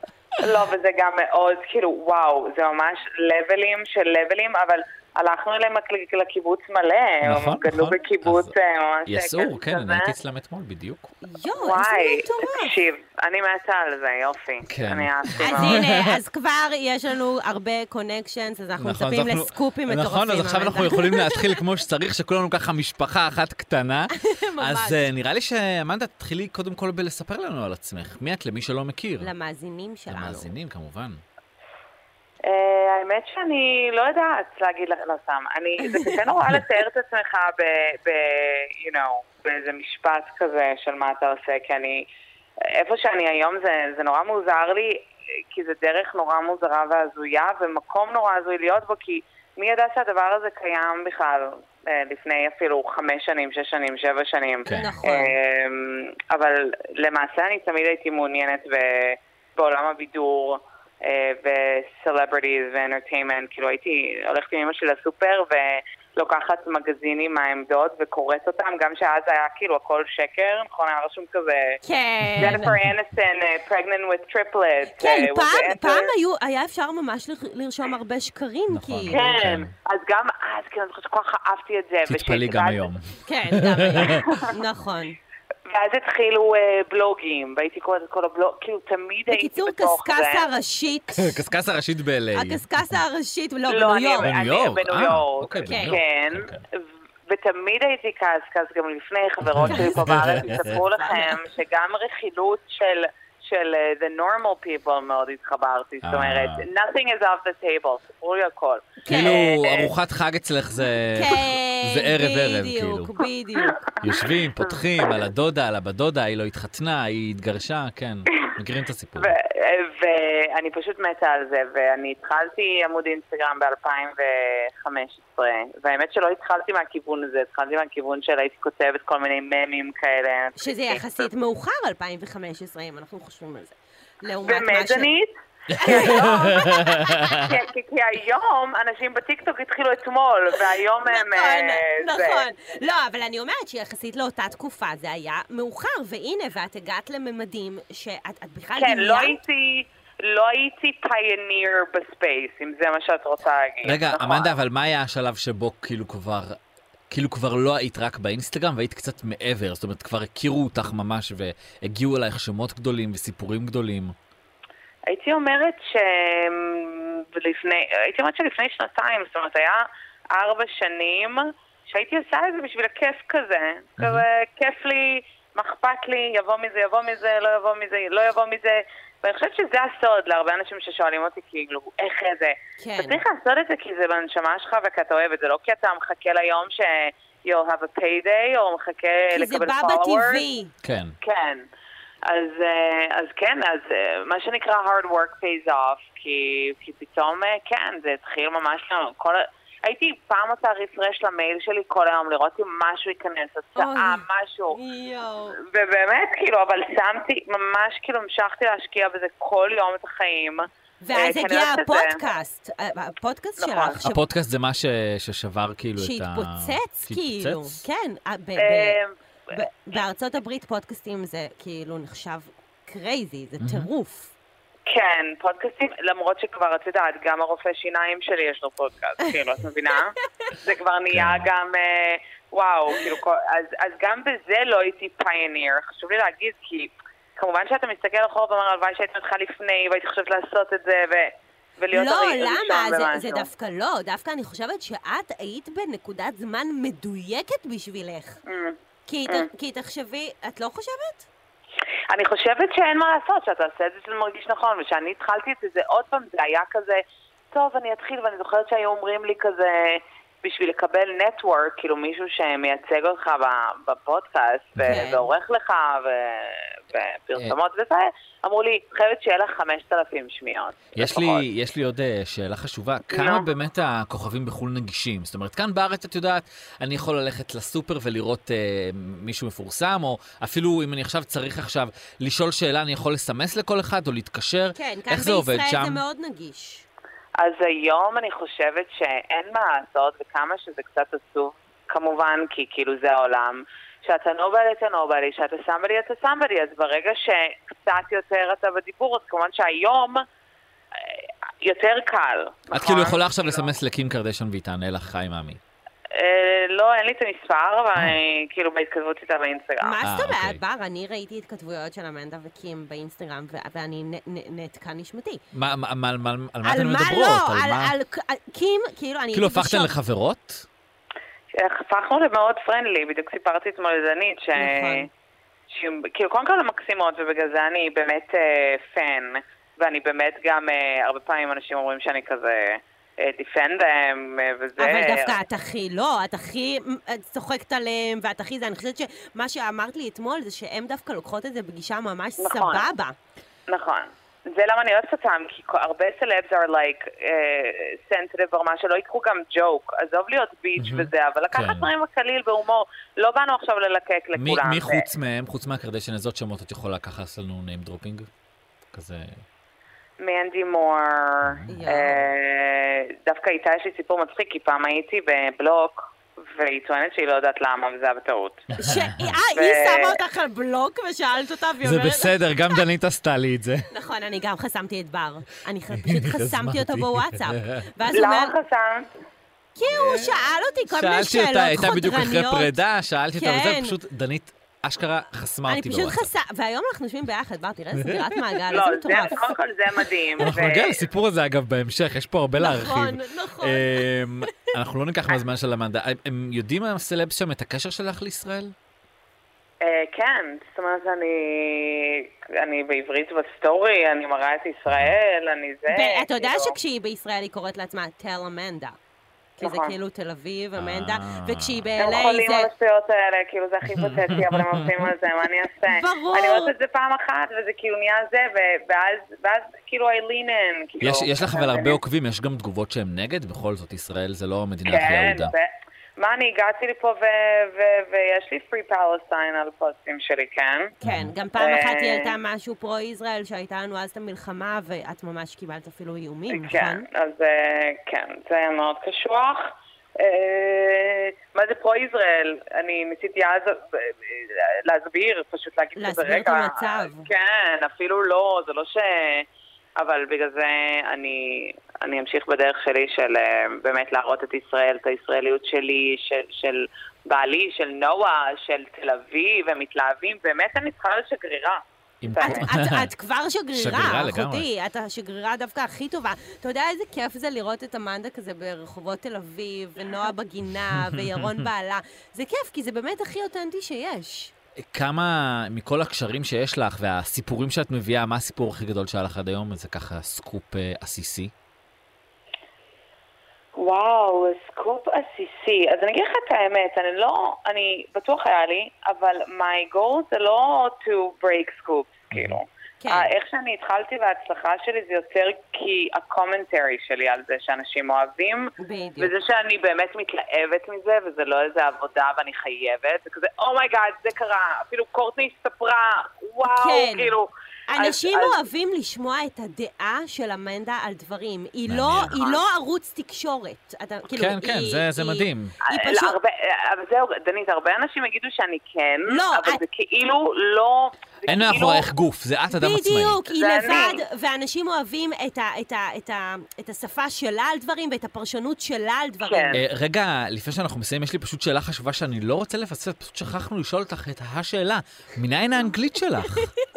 S4: לא, וזה גם מאוד, כאילו, וואו, זה ממש לבלים של לבלים, אבל הלכנו אליהם לק- לקיבוץ מלא,
S2: נכון,
S4: הם גדלו
S2: נכון.
S4: בקיבוץ
S2: אז
S4: אה, ממש...
S2: יסור,
S4: כזה.
S2: כן, אני הייתי אצלם אתמול בדיוק.
S3: יואו,
S4: וואי,
S3: איזה מטורף.
S4: תקשיב, אני מתה על זה, יופי.
S2: כן.
S4: אני אהבתי
S3: אז
S4: מאוד.
S3: הנה, אז כבר יש לנו הרבה קונקשנס, אז אנחנו
S2: נכון,
S3: מצפים
S2: אז אנחנו-
S3: לסקופים מטורפים.
S2: נכון, אז עכשיו
S3: אבל
S2: אנחנו יכולים להתחיל כמו שצריך, שכולנו ככה משפחה אחת קטנה.
S3: ממש.
S2: אז אה, נראה לי שאמנדה, תתחילי קודם כל בלספר לנו על עצמך. מי את למי שלא מכיר?
S3: למאזינים שלנו.
S2: למאזינים, כמובן.
S4: אה, האמת שאני לא יודעת להגיד לך, לא סתם. אני, זה קשה נורא לתאר את עצמך ב, ב, you know, באיזה משפט כזה של מה אתה עושה, כי אני, איפה שאני היום זה, זה נורא מוזר לי, כי זה דרך נורא מוזרה והזויה, ומקום נורא הזוי להיות בו, כי מי ידע שהדבר הזה קיים בכלל אה, לפני אפילו חמש שנים, שש שנים, שבע שנים. אה,
S2: כן.
S3: נכון.
S4: אמ, אבל למעשה אני תמיד הייתי מעוניינת ב- בעולם הבידור וסלבריטיז ואנטרטיימנט, כאילו הייתי הולכת עם אמא שלי לסופר ולוקחת מגזינים מהעמדות וקוראת אותם, גם שאז היה כאילו הכל שקר, נכון? היה רשום כזה,
S3: כן.
S4: ג'ניפר אנסטון, pregnant with triplets.
S3: כן,
S4: אה, with
S3: פעם,
S4: answers."
S3: פעם היו, היה אפשר ממש לר- לרשום הרבה שקרים,
S2: נכון.
S3: כאילו. כי...
S4: כן,
S2: כן.
S4: אז גם אז, כאילו, אני חושבת שכל כך אהבתי את זה.
S2: תתפלאי גם
S4: ושהתבאס-
S2: היום.
S3: כן, גם היה. נכון.
S4: ואז התחילו אה, בלוגים, והייתי קוראת את כל הבלוג, כאילו תמיד הייתי
S3: בקיצור,
S4: בתוך זה.
S3: קשקש הראשית.
S2: קשקש הראשית ב-LA.
S3: הקשקש הראשית, לא,
S4: לא,
S3: בניו
S4: אני-
S3: יורק.
S2: בניו
S4: אני-
S2: יורק?
S4: בניו
S2: אה,
S4: יורק,
S2: אוקיי,
S3: בניו יורק,
S4: כן.
S2: אוקיי.
S4: ו- ותמיד הייתי קזקז, גם לפני, חברות שלי פה בארץ יספרו לכם שגם רכילות של... של אה, The Normal People מאוד התחברתי, זאת
S2: אה.
S4: אומרת, nothing is off the table, ספרו לי הכל.
S2: כאילו, ארוחת חג אצלך זה
S3: כן,
S2: זה ערב ערב, כאילו.
S3: בדיוק, בדיוק.
S2: יושבים, פותחים, על הדודה, על הבדודה, היא לא התחתנה, היא התגרשה, כן. מכירים את הסיפור.
S4: ו- אה, ואני פשוט מתה על זה, ואני התחלתי עמוד אינסטגרם ב-2015, והאמת שלא התחלתי מהכיוון הזה, התחלתי מהכיוון של הייתי כותבת כל מיני ממים כאלה.
S3: שזה יחסית מאוחר, 2015, אם אנחנו חושבים על זה. לעומת מה ש...
S4: ומזנית? כן, כי היום- כן, כי- כי- כי היום אנשים בטיקטוק התחילו אתמול, והיום הם...
S3: נכון,
S4: אה, זה.
S3: נכון. לא, אבל אני אומרת שיחסית לאותה תקופה זה היה מאוחר, והנה, ואת הגעת לממדים שאת את בכלל
S4: כן, לא
S3: דמיינת-
S4: הייתי... לא הייתי פייניר בספייס, אם זה מה שאת רוצה
S3: כן,
S4: להגיד.
S2: רגע,
S4: נכון.
S2: אמנדה, אבל מה היה השלב שבו כאילו כבר... כאילו כבר לא היית רק באינסטגרם והיית קצת מעבר, זאת אומרת כבר הכירו אותך ממש והגיעו אלייך שמות גדולים וסיפורים גדולים.
S4: הייתי אומרת שלפני, הייתי אומרת שלפני שנתיים, זאת אומרת, היה ארבע שנים שהייתי עושה את זה בשביל הכיף כזה. כזה, כיף לי, מה אכפת לי, יבוא מזה, יבוא מזה, לא יבוא מזה, לא יבוא מזה. ואני חושבת שזה הסוד להרבה אנשים ששואלים אותי, כאילו, איך זה?
S3: כן.
S4: אתה צריך לעשות את זה כי זה בנשמה שלך וכי אתה אוהב את זה, לא כי אתה מחכה ליום ש... you'll have a payday, או מחכה
S3: כי זה
S4: לקבל
S3: בא
S4: followers.
S3: בטבעי.
S2: כן.
S4: כן. אז, אה, אז כן, אז אה, מה שנקרא hard work pays off, כי, כי פתאום, אה, כן, זה התחיל ממש לא... כל... ה- הייתי פעם עושה רפרש למייל שלי כל היום, לראות אם משהו ייכנס, הצעה,
S3: אוי.
S4: משהו. אה,
S3: יואו.
S4: ובאמת, כאילו, אבל שמתי, ממש כאילו המשכתי להשקיע בזה כל יום את החיים.
S3: ואז
S4: אה,
S3: הגיע
S4: כנראה שזה-
S3: הפודקאסט, אה, הפודקאסט
S4: נכון.
S3: שלך, ש-
S2: הפודקאסט זה מה ש... ששבר כאילו את ה...
S3: שהתפוצץ כאילו.
S2: שהתפוצץ?
S3: כן, ה- ב- ב-
S4: אה,
S3: ב- בארצות הברית פודקאסטים זה כאילו נחשב קרייזי, זה טירוף.
S4: כן, פודקאסטים, למרות שכבר, את יודעת, גם הרופא שיניים שלי יש לו פודקאסט, כאילו, את מבינה? זה כבר נהיה
S2: כן.
S4: גם, אה, וואו, כאילו, כל- אז, אז גם בזה לא הייתי פייניר, חשוב לי להגיד, כי כמובן שאתה מסתכל אחורה ואומר, הלוואי שהייתי מתחילה לפני, והייתי חושבת לעשות את זה, ו, ולהיות
S3: לא,
S4: הרי-
S3: למה?
S4: ראשון
S3: זה, זה
S4: במשהו.
S3: דווקא לא. דווקא אני חושבת שאת היית בנקודת זמן מדויקת בשבילך.
S4: Mm.
S3: כי, ת, כי תחשבי, את לא חושבת?
S4: אני חושבת שאין מה לעשות, שאתה עושה את זה שזה מרגיש נכון, וכשאני התחלתי את זה, זה עוד פעם, זה היה כזה, טוב, אני אתחיל, ואני זוכרת שהיו אומרים לי כזה, בשביל לקבל נטוורק, כאילו מישהו שמייצג אותך ב- בפודקאסט,
S3: כן.
S4: ו- ועורך לך, ו-
S2: כן.
S4: ופרסומות וזה, אמרו לי, חייבת שיהיה לך 5,000 שניות.
S2: יש לי,
S3: נכון.
S4: לפחות."
S2: יש לי עוד אה, שאלה חשובה,
S3: לא.
S2: כמה באמת הכוכבים בחו"ל נגישים? זאת אומרת, כאן בארץ את יודעת, אני יכול ללכת לסופר ולראות אה, מישהו מפורסם, או אפילו אם אני עכשיו צריך עכשיו לשאול שאלה, אני יכול לסמס לכל אחד או להתקשר?
S3: כן, כאן
S2: איך זה עובד
S3: בישראל
S2: שם?
S3: זה מאוד נגיש.
S4: אז היום אני חושבת שאין מה לעשות, וכמה שזה קצת עצוב, כמובן, כי כאילו זה העולם. שאתה נובלי אתה נובלי, שאתה סמבלי אתה סמבלי, אז ברגע שקצת יותר אתה בדיבור, אז כמובן שהיום, אה, יותר קל.
S2: את
S4: נכון?
S2: כאילו יכולה עכשיו
S4: לא.
S2: לסמס לקים קרדשן והיא תענה לך, היי מאמי.
S4: אה, לא, אין לי את המספר, אבל אני כאילו בהתכתבות איתה באינסטגרם.
S2: אה,
S3: מה זאת
S2: אוקיי.
S3: אומרת, בר? אני ראיתי התכתבויות של אמנדה וקים באינסטגרם, ו- ואני נ- נ- נעתקה נשמתי.
S2: מה- מה- מה- מה- על מה
S3: על
S2: אתן
S3: מה
S2: מדברות?
S3: לא?
S2: על
S3: על-
S2: מה-
S3: על- על- קים, כאילו, אני...
S2: כאילו
S3: הייתי
S2: הפכתן
S3: בשוק.
S2: לחברות?
S4: הפכנו למאוד פרנדלי, בדיוק סיפרתי אתמול לדנית, ש...
S3: נכון.
S4: שהיא כאילו קודם כל הן מקסימות, ובגלל זה אני באמת אה, פן, ואני באמת גם, אה, הרבה פעמים אנשים אומרים שאני כזה אה, defend them, אה, וזה...
S3: אבל דווקא את הכי לא, את הכי מ- את צוחקת עליהם, ואת הכי זה. אני חושבת שמה שאמרת לי אתמול זה שהן דווקא לוקחות את זה בגישה ממש
S4: נכון.
S3: סבבה.
S4: נכון. זה למה אני אוהבת אותם, כי כל- הרבה סלבס are like uh, sensitive ברמה שלא ייקחו גם ג'וק. עזוב להיות ביץ'
S2: מהמם.
S4: וזה, אבל לקחת
S2: כן.
S4: דברים בקליל בהומור. לא באנו עכשיו ללקק
S2: מי
S4: לכולם.
S2: מי
S4: ו-
S2: חוץ מהם, חוץ מהקרדשן הזאת, שמות את יכולה ככה לעשות לנו name dropping? כזה...
S4: מנדי מור,
S3: יואו.
S4: אה, דווקא איתה יש לי סיפור מצחיק, כי פעם הייתי בבלוק, והיא טוענת שהיא לא יודעת למה, וזה היה בטעות.
S3: ש- אה, היא שמה אותך על בלוק ושאלת אותה, והיא
S2: זה
S3: אומרת...
S2: בסדר, גם דנית עשתה לי את זה.
S3: נכון, אני גם חסמתי את בר. אני ח- פשוט חסמתי אותו
S2: הזמנתי.
S3: בוואטסאפ. ואז הוא
S4: למה
S3: אומר,
S4: לא חסמת?
S3: אה, כי הוא שאל אותי כל מיני
S2: שאלתי אותה,
S3: שאלות
S2: הייתה בדיוק אחרי
S3: חודרניות.
S2: פרידה, שאלתי אותה וזה,
S3: כן.
S2: פשוט דנית אשכרה חסמה
S3: אני
S2: אותי
S3: פשוט
S2: בוואטסאפ.
S3: חסם, והיום אנחנו יושבים ביחד, בר, תראה איזה סגירת מעגל,
S4: לא,
S3: איזה
S4: זה,
S3: מטורף.
S4: קודם כל זה מדהים.
S2: אנחנו
S4: ו-
S2: נגיע לסיפור הזה, אגב, בהמשך, יש פה הרבה להרחיב.
S3: נכון, נכון.
S2: אמ, אנחנו לא ניקח מהזמן של אמנדה. הם- הם יודעים הסלבס שם את הקשר שלך לישראל?
S4: אה, כן, זאת אומרת, אני, אני בעברית בסטורי, אני מראה את ישראל, אני זה.
S3: ואתה יודע
S4: כאילו.
S3: שכשהיא בישראל היא קוראת לעצמה טל אמנדה. כי זה
S4: נכון.
S3: כאילו תל אביב, אמנדה,
S2: אה.
S3: וכשהיא
S4: הם
S3: ב-LA
S4: חולים על
S3: זה...
S4: השטויות האלה, כאילו זה הכי פתטי, אבל הם עובדים על זה, מה אני אעשה?
S3: ברור.
S4: אני אומרת את זה פעם אחת, וזה כאילו נהיה זה, ו- ואז, ואז כאילו I lean in, כאילו.
S2: יש יש לך אבל
S4: אתה
S2: הרבה
S4: מבין?
S2: עוקבים, יש גם תגובות שהם נגד? בכל זאת, ישראל זה לא המדינה הכי
S4: כן,
S2: אהודה.
S4: ו- מה, אני הגעתי לפה, ו- ו- ויש לי פרי פלסטיין על פוסטים שלי, כן?
S3: כן, גם פעם
S4: אה.
S3: אחת היא העלתה משהו פרו-ישראל שהייתה לנו אז את המלחמה, ואת ממש קיבלת אפילו איומים,
S4: כן,
S3: נכון?
S4: אז אה, כן, זה היה מאוד קשוח. אה, מה זה פרו-ישראל? אני ניסיתי אז אה, להסביר, פשוט להגיד כזה רגע.
S3: להסביר את המצב.
S4: כן, אפילו לא, זה לא ש... אבל בגלל זה אני, אני אמשיך בדרך שלי של אה, באמת להראות את ישראל, את הישראליות שלי, של, של בעלי, של נועה, של תל אביב, הם מתלהבים, באמת אני צריכה להיות שגרירה.
S2: עם-
S4: את-
S3: את- את- את כבר
S2: שגרירה
S3: שגרירה,
S2: לגמרי.
S3: אחותי, את השגרירה דווקא הכי טובה. אתה יודע איזה כיף זה לראות את אמנדה כזה ברחובות תל אביב, ונועה בגינה, וירון בעלה. זה כיף, כי זה באמת הכי אותנטי שיש.
S2: כמה מכל הקשרים שיש לך והסיפורים שאת מביאה, מה הסיפור הכי גדול שהיה לך עד היום? זה ככה סקופ אה, עסיסי.
S4: וואו, סקופ עסיסי. אז אני אגיד לך את האמת, אני לא, אני בטוח היה לי, אבל my goal זה לא to break scoops, כאילו.
S3: כן.
S4: אה, איך שאני התחלתי וההצלחה שלי זה יותר כי הקומנטרי שלי על זה שאנשים אוהבים,
S3: בדיוק.
S4: וזה שאני באמת מתלהבת מזה, וזה לא איזה עבודה ואני חייבת, זה כזה, אומייגאד, oh my God, זה קרה, אפילו קורטני הסתפרה, וואו,
S3: כן.
S4: כאילו. אז-
S3: אנשים
S4: אז-
S3: אוהבים לשמוע את הדעה של אמנדה על דברים. היא לא-
S2: מעניין.
S3: היא לא ערוץ תקשורת. אתה- כאילו,
S2: כן, כן,
S3: היא-
S2: זה- זה
S3: היא-
S2: מדהים.
S3: היא
S4: אה,
S3: פשוט...
S4: הרבה- אה, אבל זהו, דנית, הרבה אנשים יגידו שאני כן,
S3: לא,
S4: אבל
S3: את-
S4: זה כאילו לא... זה
S2: אין
S4: כאילו-
S2: מאחורייך גוף, זה את אדם עצמאי.
S3: בדיוק, היא
S4: זה
S3: לבד,
S4: אני.
S3: ואנשים אוהבים את ה- את ה- את ה- את השפה שלה על דברים ואת הפרשנות שלה על דברים.
S4: כן.
S2: אה, רגע, לפני שאנחנו מסיימים, יש לי פשוט שאלה חשובה שאני לא רוצה לפספס, פשוט שכחנו לשאול אותך את השאלה. מניין האנגלית שלך?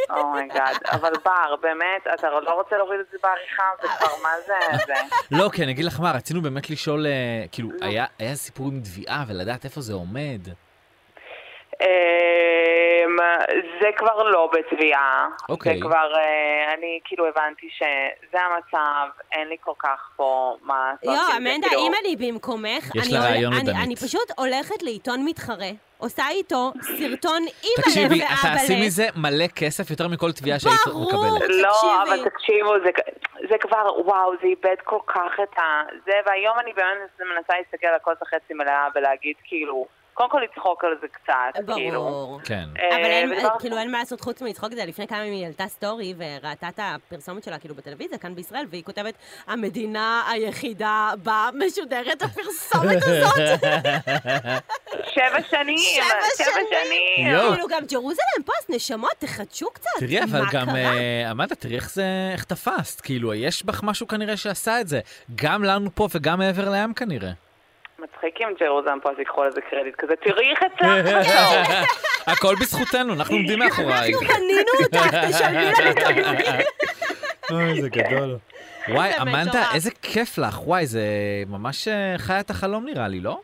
S4: אומייגאד, Oh אבל בר, באמת, אתה לא רוצה להוריד את זה בעריכה, זה כבר מה זה, זה.
S2: לא, כי אני אגיד לך מה, רצינו באמת לשאול, אה, כאילו,
S4: לא.
S2: היה היה סיפור עם תביעה ולדעת איפה זה עומד.
S4: אמ, זה כבר לא בתביעה.
S2: אוקיי.
S4: זה כבר, אה, אני כאילו הבנתי שזה המצב, אין לי כל כך פה מה לעשות.
S3: יואו,
S4: עם זה,
S3: אמנדה,
S4: כאילו.
S3: אם אני במקומך,
S2: יש
S3: אני
S2: לה
S3: הול-
S2: רעיון
S3: אני-
S2: לדנית.
S3: אני פשוט הולכת לעיתון מתחרה, עושה איתו סרטון אימא לב
S2: תקשיבי, את תעשי
S3: ואבא לב.
S2: מזה מלא כסף, יותר מכל תביעה שהיית
S3: ברור.
S2: מקבלת.
S4: לא,
S3: תקשיבי.
S4: אבל תקשיבו, זה, זה כבר, וואו, זה איבד כל כך את ה... זה, והיום אני באמת מנסה להסתכל על הכל בחצי מלאה ולהגיד, כאילו, קודם כל לצחוק על זה קצת, כאילו.
S3: ברור.
S2: כן.
S4: אה,
S3: אבל אין,
S4: ודבר-
S3: כאילו אין מה לעשות חוץ מלצחוק את זה. לפני כמה ימים היא העלתה סטורי וראתה את הפרסומת שלה כאילו בטלוויזיה, כאן בישראל, והיא כותבת, המדינה היחידה בה משודרת הפרסומת הזאת.
S4: שבע שנים,
S3: שבע
S4: שבע
S3: שנים.
S4: שנים.
S2: יואו.
S3: כאילו גם ג'רוזלם פוסט, נשמות, תחדשו קצת.
S2: תראי, אבל
S3: מה
S2: גם,
S3: קרה?
S2: אה, עמדה, תראי איך זה, איך תפסת. כאילו, יש בך משהו כנראה שעשה את זה. גם לנו פה וגם מעבר לים כנראה.
S4: מצחיק אם ג'רוזן פה אז ייקחו לזה קרדיט כזה, תראי איך הצלחת אותו.
S2: הכל בזכותנו, אנחנו עומדים מאחורייך.
S3: כן. אנחנו קנינו אותך, תשלמי לנו את המחיר.
S2: אוי, זה גדול. וואי,
S3: זה
S2: אמנדה,
S3: מטורף.
S2: איזה כיף לך. וואי, זה ממש אה, חיה את החלום נראה לי, לא?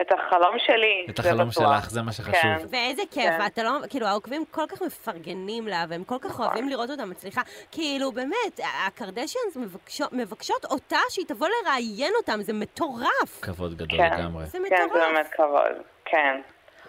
S4: את החלום שלי,
S2: את
S4: זה
S2: החלום
S4: בטוח.
S2: שלך, זה מה שחשוב.
S4: כן.
S3: ואיזה כיף,
S4: כן.
S3: אתה לא, כאילו, העוקבים כל כך מפרגנים לה, והם כל כך אוהבים לראות אותה מצליחה. כאילו, באמת, הקרדשיאנס מבקשו- מבקשות אותה שהיא תבוא לראיין אותם, זה מטורף.
S2: כבוד גדול
S4: כן.
S2: לגמרי.
S3: זה
S4: כן, זה
S3: מטורף. אה.
S4: באמת כבוד, כן.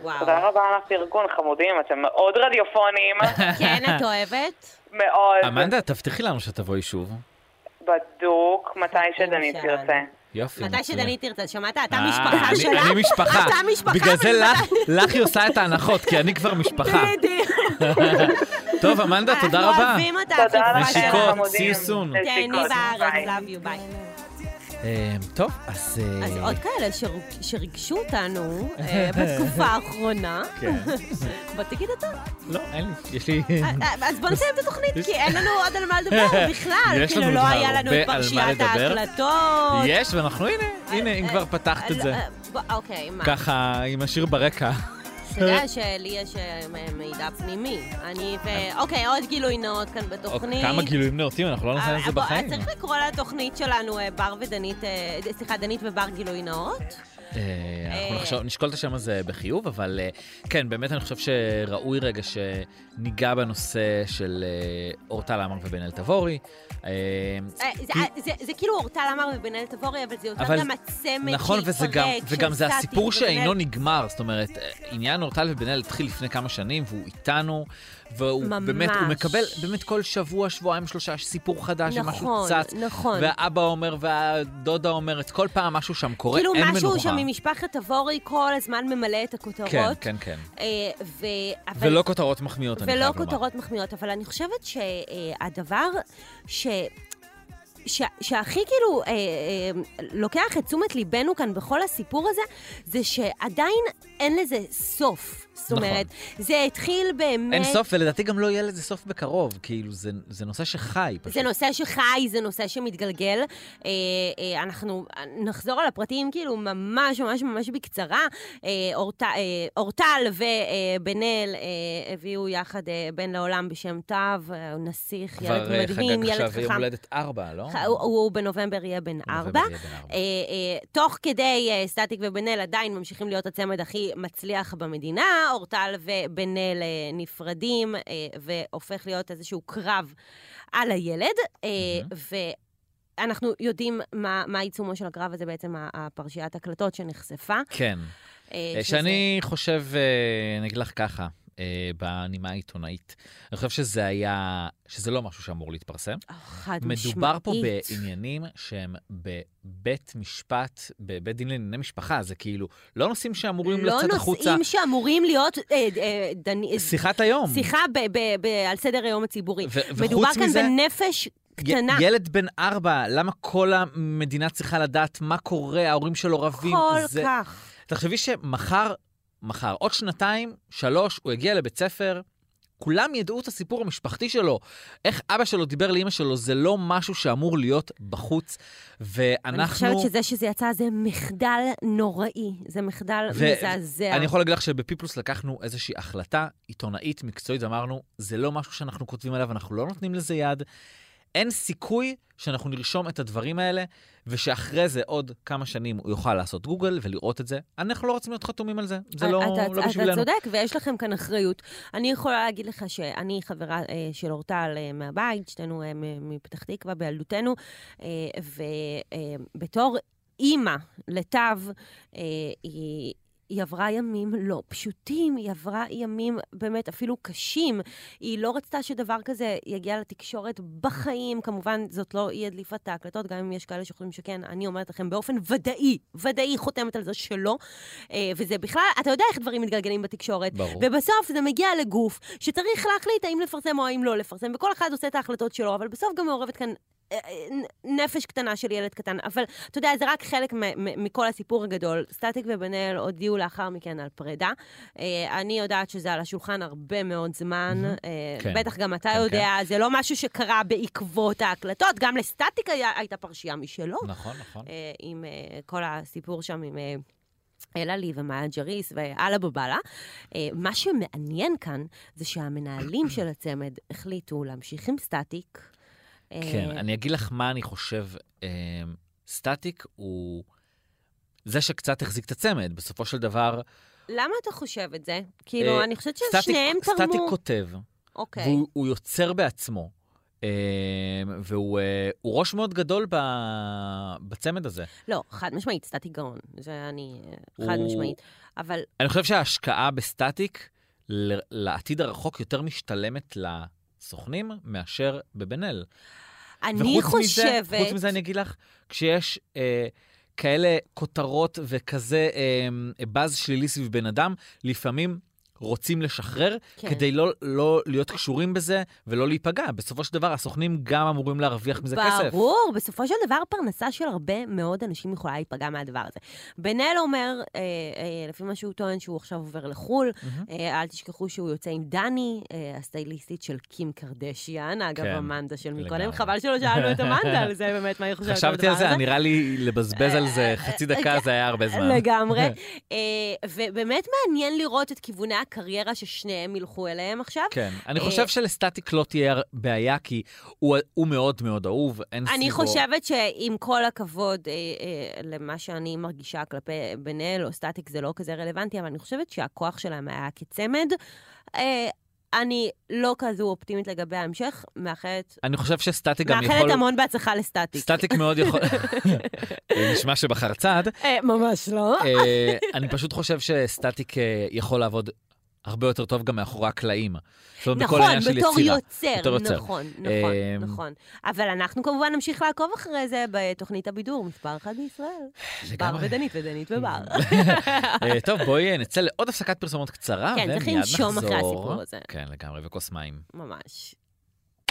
S4: תודה
S3: וואו.
S4: רבה על הפרגון, חמודים, אתם מאוד רדיופונים,
S3: כן, את אוהבת?
S4: מאוד.
S2: אמנדה, תבטיחי לנו שתבואי שוב. למשל.
S4: בדוק,
S3: כן,
S4: מתי שדנית
S3: למשל.
S4: תרצה.
S2: יופי.
S3: מתי
S2: כן, מצוין.
S3: שדנית תרצה, שמעת? אתה
S2: אה,
S3: משפחה
S2: אני-
S3: שלה?
S2: אני משפחה.
S3: אתה משפחה,
S2: בגלל זה
S3: אבל
S2: לך- לך היא עושה את ההנחות, כי אני כבר משפחה.
S3: בדיוק.
S2: טוב, אמנדה, תודה
S3: אנחנו
S2: רבה.
S3: אוהבים אותך.
S4: תודה
S3: חברה
S4: לכם,
S2: נשיקות,
S3: שלנו.
S4: חמודים.
S2: see you soon.
S3: תהני
S4: נשיקות, ביי.
S3: בארץ, love you, ביי.
S2: אה, טוב, אז... אה,
S3: אז עוד כאלה שרו- שריגשו אותנו אה, בתקופה האחרונה.
S2: כן.
S3: בוא תגיד אתה.
S2: לא, אין לי, יש לי...
S3: אה, אז בוא נסיים את התוכנית, כי אין לנו עוד על מה לדבר בכלל.
S2: יש
S3: כאילו,
S2: לנו
S3: לא
S2: כבר
S3: היה לנו
S2: הרבה על
S3: את
S2: מה
S3: פרשיית
S2: לדבר.
S3: ההחלטות.
S2: יש, ואנחנו, הנה, הנה, אם כבר פתחת את זה.
S3: אה, אה, בוא- אוקיי, מה?
S2: ככה, עם השיר ברקע.
S3: אתה יודע שלי יש אה, מ- מידע פנימי. אני ו... אוקיי, עוד גילוי נאות כאן בתוכנית.
S2: אוקיי, כמה גילויים נאותים, אנחנו לא נעשה את
S3: אה,
S2: זה
S3: בוא,
S2: בחיים.
S3: צריך לקרוא לתוכנית שלנו אה, בר ודנית, אה, סליחה, דנית ובר גילוי נאות.
S2: אה, אנחנו
S3: אה.
S2: נחשוב, נשקול את השם הזה בחיוב, אבל אה, כן, באמת אני חושב שראוי רגע שניגע בנושא של אה, אורטל עמר ובן אל תבורי. אה,
S3: אה, זה-
S2: כי-
S3: אה, זה- זה כאילו אורטל עמר ובן-אל תבורי, אבל זה יותר
S2: אבל-
S3: גם הצמד
S2: נכון, וזה גם,
S3: שהתפרק,
S2: וגם זה
S3: של סאטי
S2: הסיפור
S3: ובן-אל.
S2: שאינו נגמר, זאת אומרת, אה, עניין אורטל ובן אל התחיל לפני כמה שנים, והוא איתנו, והוא
S3: ממש.
S2: באמת, הוא מקבל באמת כל שבוע, שבועיים, שלושה, סיפור חדש, ומשהו
S3: נכון,
S2: צץ,
S3: נכון.
S2: והאבא אומר והדודה אומרת, כל פעם משהו שם קורה, אין
S3: כאילו
S2: מנוחה.
S3: משהו שם ממשפחת תבורי כל הזמן ממלא את הכותרות.
S2: כן, כן, כן.
S3: אה, ו... אבל...
S2: ולא כותרות מחמיאות, אני חייב
S3: ולא
S2: לומר.
S3: כותרות מחמיאות, אבל אני חושבת שהדבר ש... ש... שהכי כאילו אה, אה, לוקח את תשומת ליבנו כאן בכל הסיפור הזה, זה שעדיין אין לזה סוף. זאת
S2: נכון.
S3: אומרת, זה התחיל באמת...
S2: אין סוף, ולדעתי גם לא יהיה לזה סוף בקרוב, כאילו, זה, זה נושא שחי פשוט.
S3: זה נושא שחי, זה נושא שמתגלגל. אה, אה, אנחנו נחזור על הפרטים כאילו ממש ממש ממש בקצרה. אה, אורט- אה, אורטל ובן אל אה, הביאו יחד אה, בן לעולם בשם תו, אה, הוא נסיך,
S2: כבר,
S3: ילד
S2: אה,
S3: מדהים,
S2: חגג
S3: ילד
S2: עכשיו יום
S3: חכם.
S2: הולדת ארבע, לא?
S3: ח- הוא- הוא בנובמבר יהיה בן ארבע.
S2: בנובמבר יהיה בן ארבע.
S3: אה, אה, תוך כדי אה, סטטיק ובן אל עדיין ממשיכים להיות הצמד הכי מצליח במדינה, אורטל ובן אל אה, נפרדים, אה, והופך להיות איזשהו קרב על הילד, אה, ואנחנו יודעים מה מה עיצומו של הקרב הזה, בעצם ה- הפרשיית הקלטות שנחשפה.
S2: כן.
S3: אה,
S2: אה,
S3: שזה-
S2: שאני חושב, אה, אני אגיד לך ככה, אה, בנימה העיתונאית, אני חושב שזה היה, שזה לא משהו שאמור להתפרסם.
S3: אה, חד משמעית.
S2: מדובר פה בעניינים שהם בבית משפט, בבית דין לענייני משפחה, זה כאילו לא נושאים שאמורים
S3: לא
S2: לצאת החוצה.
S3: נושאים שאמורים להיות אה, אה, דני-
S2: שיחת היום.
S3: שיחה ב- ב- ב- על סדר היום הציבורי.
S2: ו- וחוץ
S3: מדובר כאן
S2: מזה-
S3: בנפש קטנה.
S2: י- ילד בן ארבע, למה כל המדינה צריכה לדעת מה קורה, ההורים שלו רבים?
S3: כל
S2: זה...
S3: כך.
S2: תחשבי שמחר, מחר, עוד שנתיים, שלוש, הוא יגיע לבית ספר, כולם ידעו את הסיפור המשפחתי שלו. איך אבא שלו דיבר לאימא שלו, זה לא משהו שאמור להיות בחוץ. ואנחנו...
S3: אני חושבת שזה שזה יצא זה מחדל נוראי, זה מחדל
S2: ו-
S3: מזעזע.
S2: אני יכול להגיד לך שבפיפלוס לקחנו איזושהי החלטה עיתונאית, מקצועית, ואמרנו, זה לא משהו שאנחנו כותבים עליו, אנחנו לא נותנים לזה יד. אין סיכוי שאנחנו נרשום את הדברים האלה, ושאחרי זה עוד כמה שנים הוא יוכל לעשות גוגל ולראות את זה. אנחנו לא רוצים להיות חתומים על זה, זה לא,
S3: אה, אתה,
S2: לא בשבילנו.
S3: אתה צודק, ויש לכם כאן אחריות. אני יכולה להגיד לך שאני חברה אה, של אורטל אה, מהבית, שתינו אה, מ- מפתח תקווה בילדותנו, אה, ובתור אימא לתו, אה, היא... היא עברה ימים לא פשוטים, היא עברה ימים באמת אפילו קשים. היא לא רצתה שדבר כזה יגיע לתקשורת בחיים. כמובן, זאת לא אי הדליפת ההקלטות, גם אם יש כאלה שחושבים שכן, אני אומרת לכם באופן ודאי, ודאי חותמת על זה שלא. אה, וזה בכלל, אתה יודע איך דברים מתגלגלים בתקשורת.
S2: ברור.
S3: ובסוף זה מגיע לגוף שצריך להחליט האם לפרסם או האם לא לפרסם, וכל אחד עושה את ההחלטות שלו, אבל בסוף גם מעורבת כאן אה, אה, נ- נפש קטנה של ילד קטן. אבל אתה יודע, זה רק חלק מ- מ- מכל הסיפור הגדול. סטטיק ובן אל הודיעו לאחר מכן על פרידה. אה, אני יודעת שזה על השולחן הרבה מאוד זמן.
S2: מהמם.
S3: אה,
S2: כן.
S3: בטח גם אתה
S2: כן,
S3: יודע, זה לא משהו שקרה בעקבות ההקלטות. גם לסטטיק היה- הייתה פרשייה משלו.
S2: נכון, נכון.
S3: אה, עם אה, כל הסיפור שם עם אה, אלה לי ומאיה ג'ריס ואללה בבאללה. אה, מה שמעניין כאן זה שהמנהלים של הצמד החליטו להמשיך עם סטטיק. אה,
S2: כן, אני אגיד לך מה אני חושב. אה, סטטיק הוא זה שקצת החזיק את הצמד. בסופו של דבר,
S3: למה אתה חושב את זה? כאילו,
S2: אה,
S3: אני חושבת
S2: סטטיק,
S3: ששניהם
S2: סטטיק
S3: תרמו...
S2: כותב,
S3: אוקיי.
S2: והוא הוא יוצר בעצמו. אה, והוא אה, הוא ראש מאוד גדול ב- בצמד הזה.
S3: לא, חד משמעית, סטטיק גאון. זה אני... אה, חד
S2: הוא-
S3: משמעית. אבל
S2: אני חושב שההשקעה בסטטיק ל- לעתיד הרחוק יותר משתלמת לסוכנים מאשר בבן אל.
S3: אני
S2: וחוץ מזה-
S3: חושבת...
S2: חוץ מזה אני אגיד לך, כשיש אה, כאלה כותרות וכזה אה, באז שלילי סביב בן אדם, לפעמים רוצים לשחרר
S3: כן.
S2: כן. כדי לא, לא להיות קשורים בזה ולא להיפגע. בסופו של דבר הסוכנים גם אמורים להרוויח מזה כסף.
S3: ברור, בסופו של דבר פרנסה של הרבה מאוד אנשים יכולה להיפגע מהדבר הזה. בן אל אומר, אה, אה, לפי מה שהוא טוען, שהוא עכשיו עובר לחו"ל,
S2: מהמם.
S3: אה, אל תשכחו שהוא יוצא עם דני, אה, הסטייליסטית של קים קרדשיאן, אגב,
S2: כן,
S3: המנדה של מקודם,
S2: לגמרי.
S3: חבל שלא שאלנו את המנדה על זה, אה, באמת, מה היא חושבת על הדבר
S2: חשבתי
S3: הזה.
S2: על זה, נראה לי לבזבז על זה חצי דקה, זה היה הרבה זמן.
S3: לגמרי. אה, ובאמת מעניין לראות את כיווני הקריירה ששניהם ילכו אליהם עכשיו.
S2: כן, אני
S3: אה,
S2: חושב שלסטטיק לא תהיה בעיה, כי הוא הוא מאוד מאוד אהוב, אין סביבו.
S3: אני חושבת שעם כל הכבוד אה, אה, למה שאני מרגישה כלפי בן אל או סטטיק, זה לא כזה רלוונטי, אבל אני חושבת שהכוח שלהם היה כצמד. אה, אני לא כזו אופטימית לגבי ההמשך, מאחלת,
S2: אני חושב שסטטיק גם יכול...
S3: מאחלת המון בהצלחה לסטטיק.
S2: סטטיק מאוד יכול... נשמע שבחר צד.
S3: אה, ממש לא.
S2: אה, אני פשוט חושב שסטטיק אה, יכול לעבוד הרבה יותר טוב גם מאחורי הקלעים. זאת אומרת, בכל
S3: נכון,
S2: העניין של
S3: בתור
S2: יצירה.
S3: יוצר,
S2: בתור יוצר.
S3: נכון, נכון,
S2: אה,
S3: נכון. אבל אנחנו כמובן נמשיך לעקוב אחרי זה בתוכנית הבידור, מספר אחת בישראל. בר
S2: לגמרי.
S3: ודנית ודנית ובר.
S2: אה, טוב, בואי אה, נצא לעוד הפסקת פרסומות קצרה,
S3: כן,
S2: ומיד
S3: צריך
S2: נחזור.
S3: לנשום אחרי הסיפור הזה.
S2: כן, לגמרי, וכוס מים.
S3: ממש.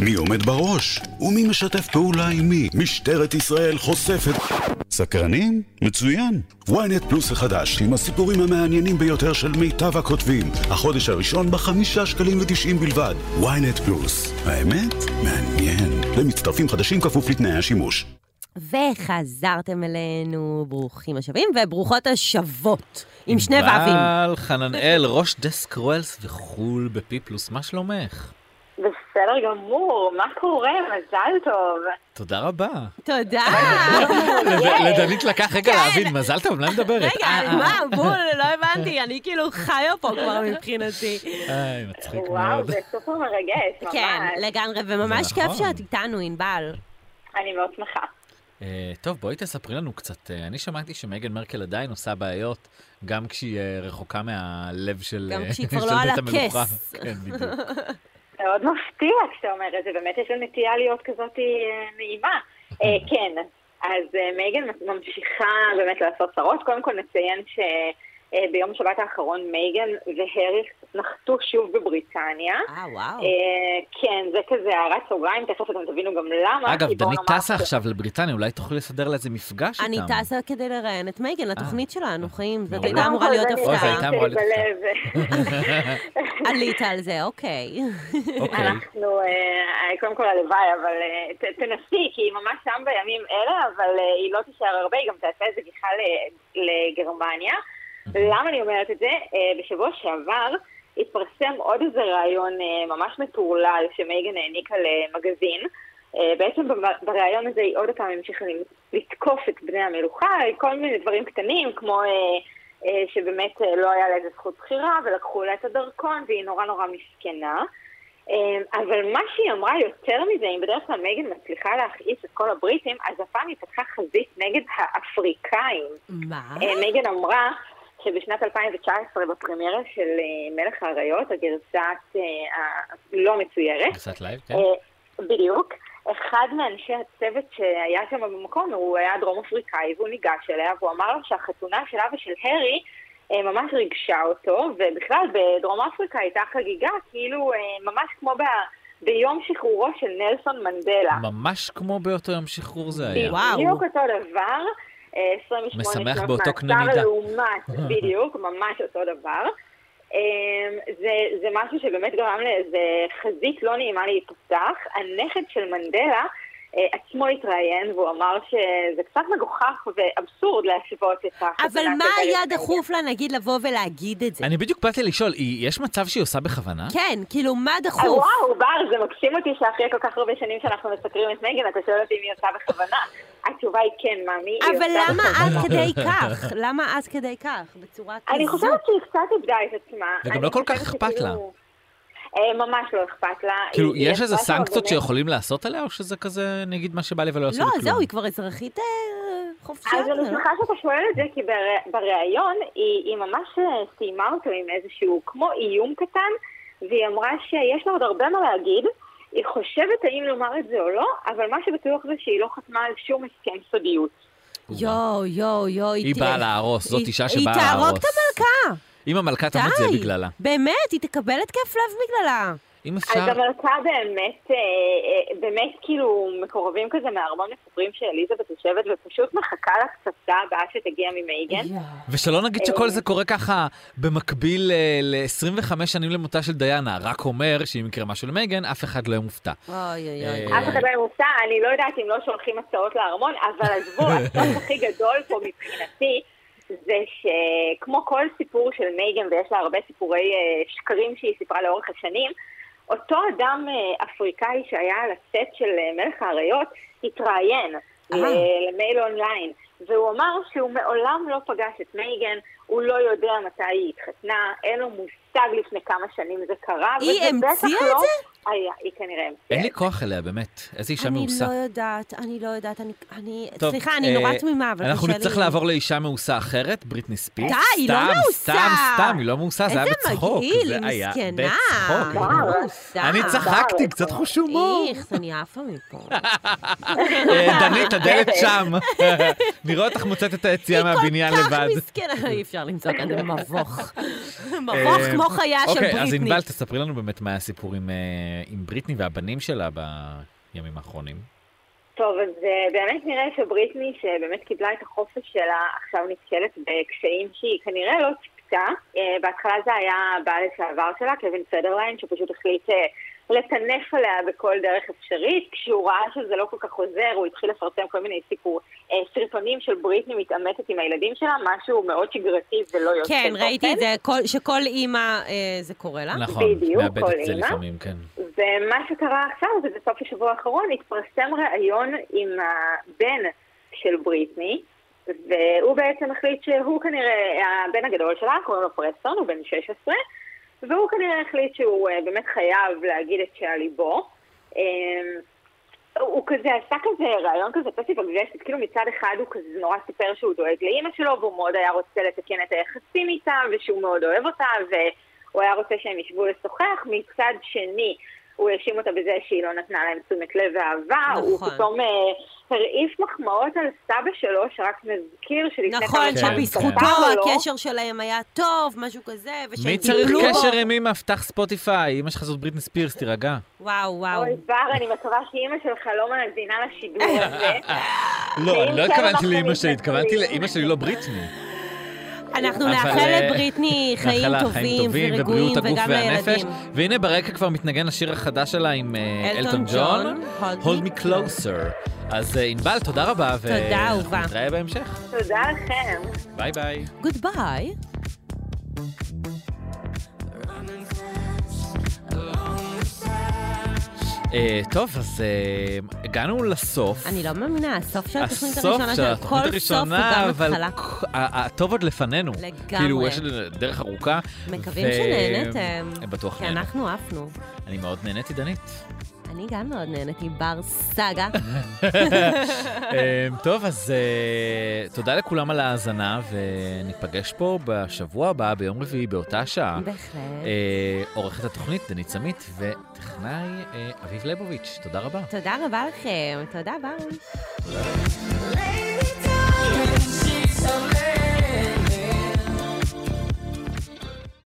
S5: מי עומד בראש? ומי משתף פעולה עם מי? משטרת ישראל חושפת... סקרנים? מצוין. ynet פלוס החדש, עם הסיפורים המעניינים ביותר של מיטב הכותבים. החודש הראשון בחמישה שקלים ותשעים בלבד. ynet פלוס. האמת? מעניין. למצטרפים חדשים כפוף לתנאי השימוש.
S3: וחזרתם אלינו, ברוכים השבים וברוכות השבות, עם שני ואבים.
S2: ענבל חננאל, ראש דסק רואלס וחו"ל בפי פלוס, מה שלומך?
S4: בסדר גמור, מה קורה? מזל טוב.
S2: תודה רבה.
S3: תודה.
S2: לא לד- לדנית לקח רגע להבין, מזל טוב, למה מדברת? אה,
S3: כן. רגע,
S2: אה,
S3: מה, בול, לא הבנתי, אני כאילו חיה פה כבר מבחינתי.
S2: אה, מצחיק
S4: וואו,
S2: מאוד.
S4: זה סופר מרגש, ממש.
S3: כן, לגמרי, וממש
S2: זה
S3: כיף
S2: נכון.
S3: שאת איתנו, ענבל.
S4: אני מאוד שמחה.
S2: אה, טוב, בואי תספרי לנו קצת. אה, אני שמעתי שמייגן מרקל עדיין עושה בעיות, גם כשהיא אה, רחוקה מהלב של
S3: גם
S2: אה,
S3: כשהיא כבר
S2: של
S3: לא על
S2: בית המלוכה.
S3: הכס.
S2: כן, בדיוק.
S4: מאוד מפתיע כשאתה אומר את זה, באמת יש לה נטייה להיות כזאת אה, נעימה. אה, כן, אז אה, מייגן ממשיכה באמת לעשות צרות. קודם כל נציין שביום שבת האחרון מייגן והריס נחתו שוב בבריטניה.
S3: אה, וואו.
S4: אה, כן, זה כזה הערת סוגריים, תכף אתם תבינו גם למה.
S2: אגב,
S4: כי בואו
S2: דנית
S4: נאמר
S2: טסה
S4: ש-
S2: עכשיו לבריטניה, אולי תוכלי לסדר לה איזה מפגש איתם.
S3: אני טסה כדי לראיין את מייגן לתוכנית שלנו, חיים. זאת
S2: אה, מעולה.
S3: הייתה אמורה להיות
S4: קודם כל,
S2: אוי, זה הייתה
S3: הפתעה. אוקיי,
S2: אמורה להיות הפתעה.
S4: בלב.
S3: עלית על זה, אוקיי.
S2: אוקיי.
S4: אנחנו, אה, קודם כל הלוואי, אבל אה, ת- תנסי, כי היא ממש שם בימים אלה, אבל אה, היא לא תישאר הרבה, היא גם תעשה איזה גיחה ל- לגרמניה. למה אני אומרת את זה? אה, בשבוע שעבר התפרסם עוד איזה רעיון אה, ממש מטורלל שמייגן העניקה למגזין. אה, בעצם במ- ברעיון הזה היא עוד פעם המשיכה ל- לתקוף את בני המלוכה, על כל מיני דברים קטנים, כמו אה, אה, שבאמת אה, לא היה לה איזה זכות בחירה ולקחו לה את הדרכון והיא נורא נורא מסכנה. אמ, אבל מה שהיא אמרה יותר מזה, אם בדרך כלל מייגן מצליחה להכעיס את כל הבריטים, אז הפעם היא פתחה חזית נגד האפריקאים.
S3: מה?
S4: אה, מייגן אמרה שבשנת 2019 בפרמיירה של אה, מלך האריות, הגרסת אה, הלא מצוירת,
S2: קצת לייב, כן?
S4: אה, בדיוק. אחד מאנשי הצוות שהיה שם במקום, הוא היה דרום אפריקאי, והוא ניגש אליה, והוא אמר לו שהחתונה של אבא של הרי אה, ממש ריגשה אותו, ובכלל בדרום אפריקה הייתה חגיגה, כאילו אה, ממש כמו ב... ביום שחרורו של נלסון מנדלה.
S2: ממש כמו באותו יום שחרור זה היה.
S3: וואו.
S4: בדיוק אותו דבר, אה, 28
S2: משמח
S4: שנות
S2: באותו קנה מידה.
S4: לעומת, בדיוק, ממש אותו דבר. אה, זה, זה משהו שבאמת גרם לאיזה חזית לא נעימה להיפתח. הנכד של מנדלה אה, עצמו התראיין והוא אמר שזה קצת מגוחך ואבסורד להשוות את החתונה
S3: אבל
S4: של
S3: מה
S4: דלת
S3: היה
S4: מיאל.
S3: דחוף לה, נגיד, לבוא ולהגיד את זה?
S2: אני בדיוק באתי לשאול, היא- יש מצב שהיא עושה בכוונה?
S3: כן, כאילו, מה
S4: אה,
S3: דחוף?
S4: וואו, בר, זה מקסים אותי שאחרי כל כך הרבה שנים שאנחנו מסקרים את מגן, אתה שואל אותי אם היא עושה בכוונה. התשובה היא כן, מאמי, היא עושה
S3: אבל למה
S4: בכוונה.
S3: עד כדי כך? למה עד כדי כך? בצורה כזאת?
S4: אני חושבת שהיא קצת איבדה את עצמה.
S2: וגם
S4: אני
S2: לא כל כך
S4: חושבת
S2: אכפת
S4: שכאילו- אה, ממש לא אכפת לה.
S2: כאילו,
S4: היא-
S2: יש
S4: היא
S2: איזה
S4: עשתה שם
S2: סנקציות
S4: באמת-
S2: שיכולים לעשות עליה, או שזה כזה, נגיד מה שבא לי ולא יעשו
S3: לא,
S2: לי כלום?
S3: זהו, היא כבר אזרחית אה, חופשית.
S4: אז אני
S3: לא?
S4: שמחה שאתה שואל את זה, כי בר- בריאיון היא היא ממש אה, סיימה אותו עם איזשהו, כמו איום קטן, והיא אמרה שיש לה עוד הרבה מה להגיד. היא חושבת האם לומר את זה או לא, אבל מה שבטוח זה שהיא לא חתמה על שום הסכם סודיות.
S3: יואו, יואו, יואו.
S2: היא
S3: ת-
S2: באה להרוס, זאת
S3: היא-
S2: אישה שבאה להרוס.
S3: היא תהרוג את המלכה.
S2: אם המלכה תמות זה
S3: די.
S2: בגללה.
S3: באמת, היא תקבל התקף לב בגללה.
S2: אם אפשר...
S4: אז המלכה באמת, אה, אה, באמת כאילו מקורבים כזה מהארמון מספרים שאליזבת יושבת ופשוט מחכה לפצצה הבאה שתגיע ממייגן.
S3: יואו.
S2: ושלא נגיד שכל זה קורה ככה במקביל אה, ל-25 שנים למותה של דיאנה, רק אומר שאם יקרה משהו למייגן, אף אחד לא יהיה מופתע.
S3: אוי, אוי,
S2: אה,
S3: אוי.
S4: אף אחד לא יהיה מופתע, אני לא יודעת אם לא שולחים הצעות לארמון, אבל עזבו, הסוף הכי גדול פה מבחינתי, זה שכמו כל סיפור של מייגן, ויש לה הרבה סיפורי אה, שקרים שהיא סיפרה לאורך השנים, אותו אדם אה, אפריקאי שהיה על הסט של אה, מלך האריות, התראיין
S3: אה.
S4: ל- למייל אונליין, והוא אמר שהוא מעולם לא פגש את מייגן, הוא לא יודע מתי היא התחתנה, אין לו מושג לפני כמה שנים זה קרה,
S3: היא
S4: וזה בטח
S3: המציאה את
S4: לא-
S3: זה?
S4: היה, היא כנראה המציאה
S2: אין
S4: את
S2: לי כוח אליה, באמת. איזה אישה
S3: אני
S2: מעושה.
S3: לא יודעת, אני לא יודעת, אני- אני...
S2: טוב,
S3: סליחה, אני
S2: אה,
S3: נורא תמימה, אבל
S2: אנחנו
S3: קשה לי-
S2: נצטרך לעבור לאישה מעושה אחרת, בריטני ספירס.
S3: די, היא לא
S2: סתם,
S3: מעושה.
S2: סתם, סתם, היא לא מעושה, זה היה בצחוק.
S3: איזה מגעיל,
S2: זה היה
S3: היא מסכנה.
S2: בצחוק.
S4: וואו.
S2: אני צחקתי, קצת חוש הומור.
S3: איך, אני עפה מפה.
S2: אה, דנית, הדלת שם. נראה אותך מוצאת את היציאה מהבניין לבד.
S3: היא כל כך מסכנה, אי אפשר למצוא כאן מבוך. מבוך
S2: אה,
S3: כמו חיה של
S2: אוקיי, אז
S3: בריטני.
S2: ענבל, תספרי לנו באמת מה היה הסיפור עם, אה, עם בריטני והבנים שלה בימים האחרונים.
S4: טוב, אז אה, באמת נראה שבריטני, שבאמת קיבלה את החופש שלה, עכשיו נתקלת בקשיים שהיא כנראה לא ציפתה. אה, בהתחלה זה היה הבעל לשעבר שלה, קווין פדרליין, שפשוט החליט אה, לטנף עליה בכל דרך אפשרית. כשהוא ראה שזה לא כל כך עוזר, הוא התחיל לפרסם כל מיני סיפור, אה, סרטונים של בריטני מתעמתת עם הילדים שלה, משהו מאוד שגרתי ולא יוצא
S3: כן,
S4: דופן.
S3: ראיתי את זה, כל- שכל אימא אה, זה קורה לה.
S2: נכון,
S4: בדיוק,
S2: מאבד
S4: כל
S2: את זה
S4: אימא.
S2: לפעמים, כן.
S4: ומה שקרה עכשיו זה בסוף השבוע האחרון התפרסם ראיון עם הבן של בריטני, והוא בעצם החליט שהוא כנראה, הבן הגדול שלה, קוראים לו פרסטון, הוא בן 16, והוא כנראה החליט שהוא אה, באמת חייב להגיד את שעל ליבו. אה, הוא כזה עשה כזה רעיון כזה פסיב אגרסיב, כאילו מצד אחד הוא כזה נורא סיפר שהוא דואג לאימא שלו והוא מאוד היה רוצה לתקן את היחסים איתה ושהוא מאוד אוהב אותה והוא היה רוצה שהם ישבו לשוחח, מצד שני הוא האשים אותה בזה שהיא לא נתנה להם תשומת לב ואהבה,
S3: נכון.
S4: הוא פתאום אה, הרעיף מחמאות על סבא שלו שרק מזכיר שלפני
S3: נכון,
S2: כן,
S3: שבזכותו
S4: כתב לו-
S3: הקשר שלהם היה טוב, משהו כזה, ושהם
S2: מי צריך
S3: טיפלו בו.
S2: קשר עם אימא? פתח ספוטיפיי, אימא שלך זאת בריטני ספירס, תירגע.
S3: וואו, וואו.
S4: אוי בר, אני מקווה שאימא שלך לא מאזינה לשידור הזה.
S2: לא,
S4: ואם
S2: אני לא התכוונתי
S4: כן, אנחנו
S2: לאימא שלי,
S4: מתנצלים.
S2: התכוונתי לאימא שלי לא בריטני.
S3: אנחנו
S2: אבל,
S3: נאחל
S2: אה,
S3: לבריטני חיים
S2: נאחל לה
S3: טובים ורגועים,
S2: ובריאות הגוף
S3: וגם
S2: והנפש.
S3: לילדים.
S2: והנה ברקע כבר מתנגן השיר החדש שלה עם אה,
S3: אלטון
S2: אלטון ג'ון,
S3: ג'ון,
S2: Hold Me Closer. אז אה, ענבל, תודה רבה. ו-
S3: תודה, אהובה.
S2: נתראה בהמשך.
S4: תודה לכם.
S2: ביי ביי.
S3: גוד ביי.
S2: אה, טוב, אז אה, הגענו לסוף.
S3: אני לא מאמינה, הסוף של התוכנית
S2: הסוף
S3: הראשונה
S2: של
S3: שלה,
S2: התוכנית
S3: כל סוף הוא
S2: הראשונה,
S3: גם
S2: אבל
S3: התחלה.
S2: כ- ה- הטוב עוד לפנינו.
S3: לגמרי.
S2: כאילו, יש לנו דרך ארוכה.
S3: מקווים
S2: ו- אה,
S3: שנהנתם.
S2: בטוח
S3: כי
S2: נהנו.
S3: אנחנו עפנו.
S2: אני מאוד נהניתי, דנית.
S3: אני גם מאוד נהניתי, בר סאגה.
S2: אה, טוב, אז אה, תודה לכולם על ההאזנה, וניפגש פה בשבוע הבא, ביום רביעי, באותה שעה.
S3: בהחלט.
S2: אה, עורכת התוכנית דנית סמית וטכנאי אה, אביב ליבוביץ'. תודה רבה.
S3: תודה רבה לכם, תודה ברון.
S2: תודה.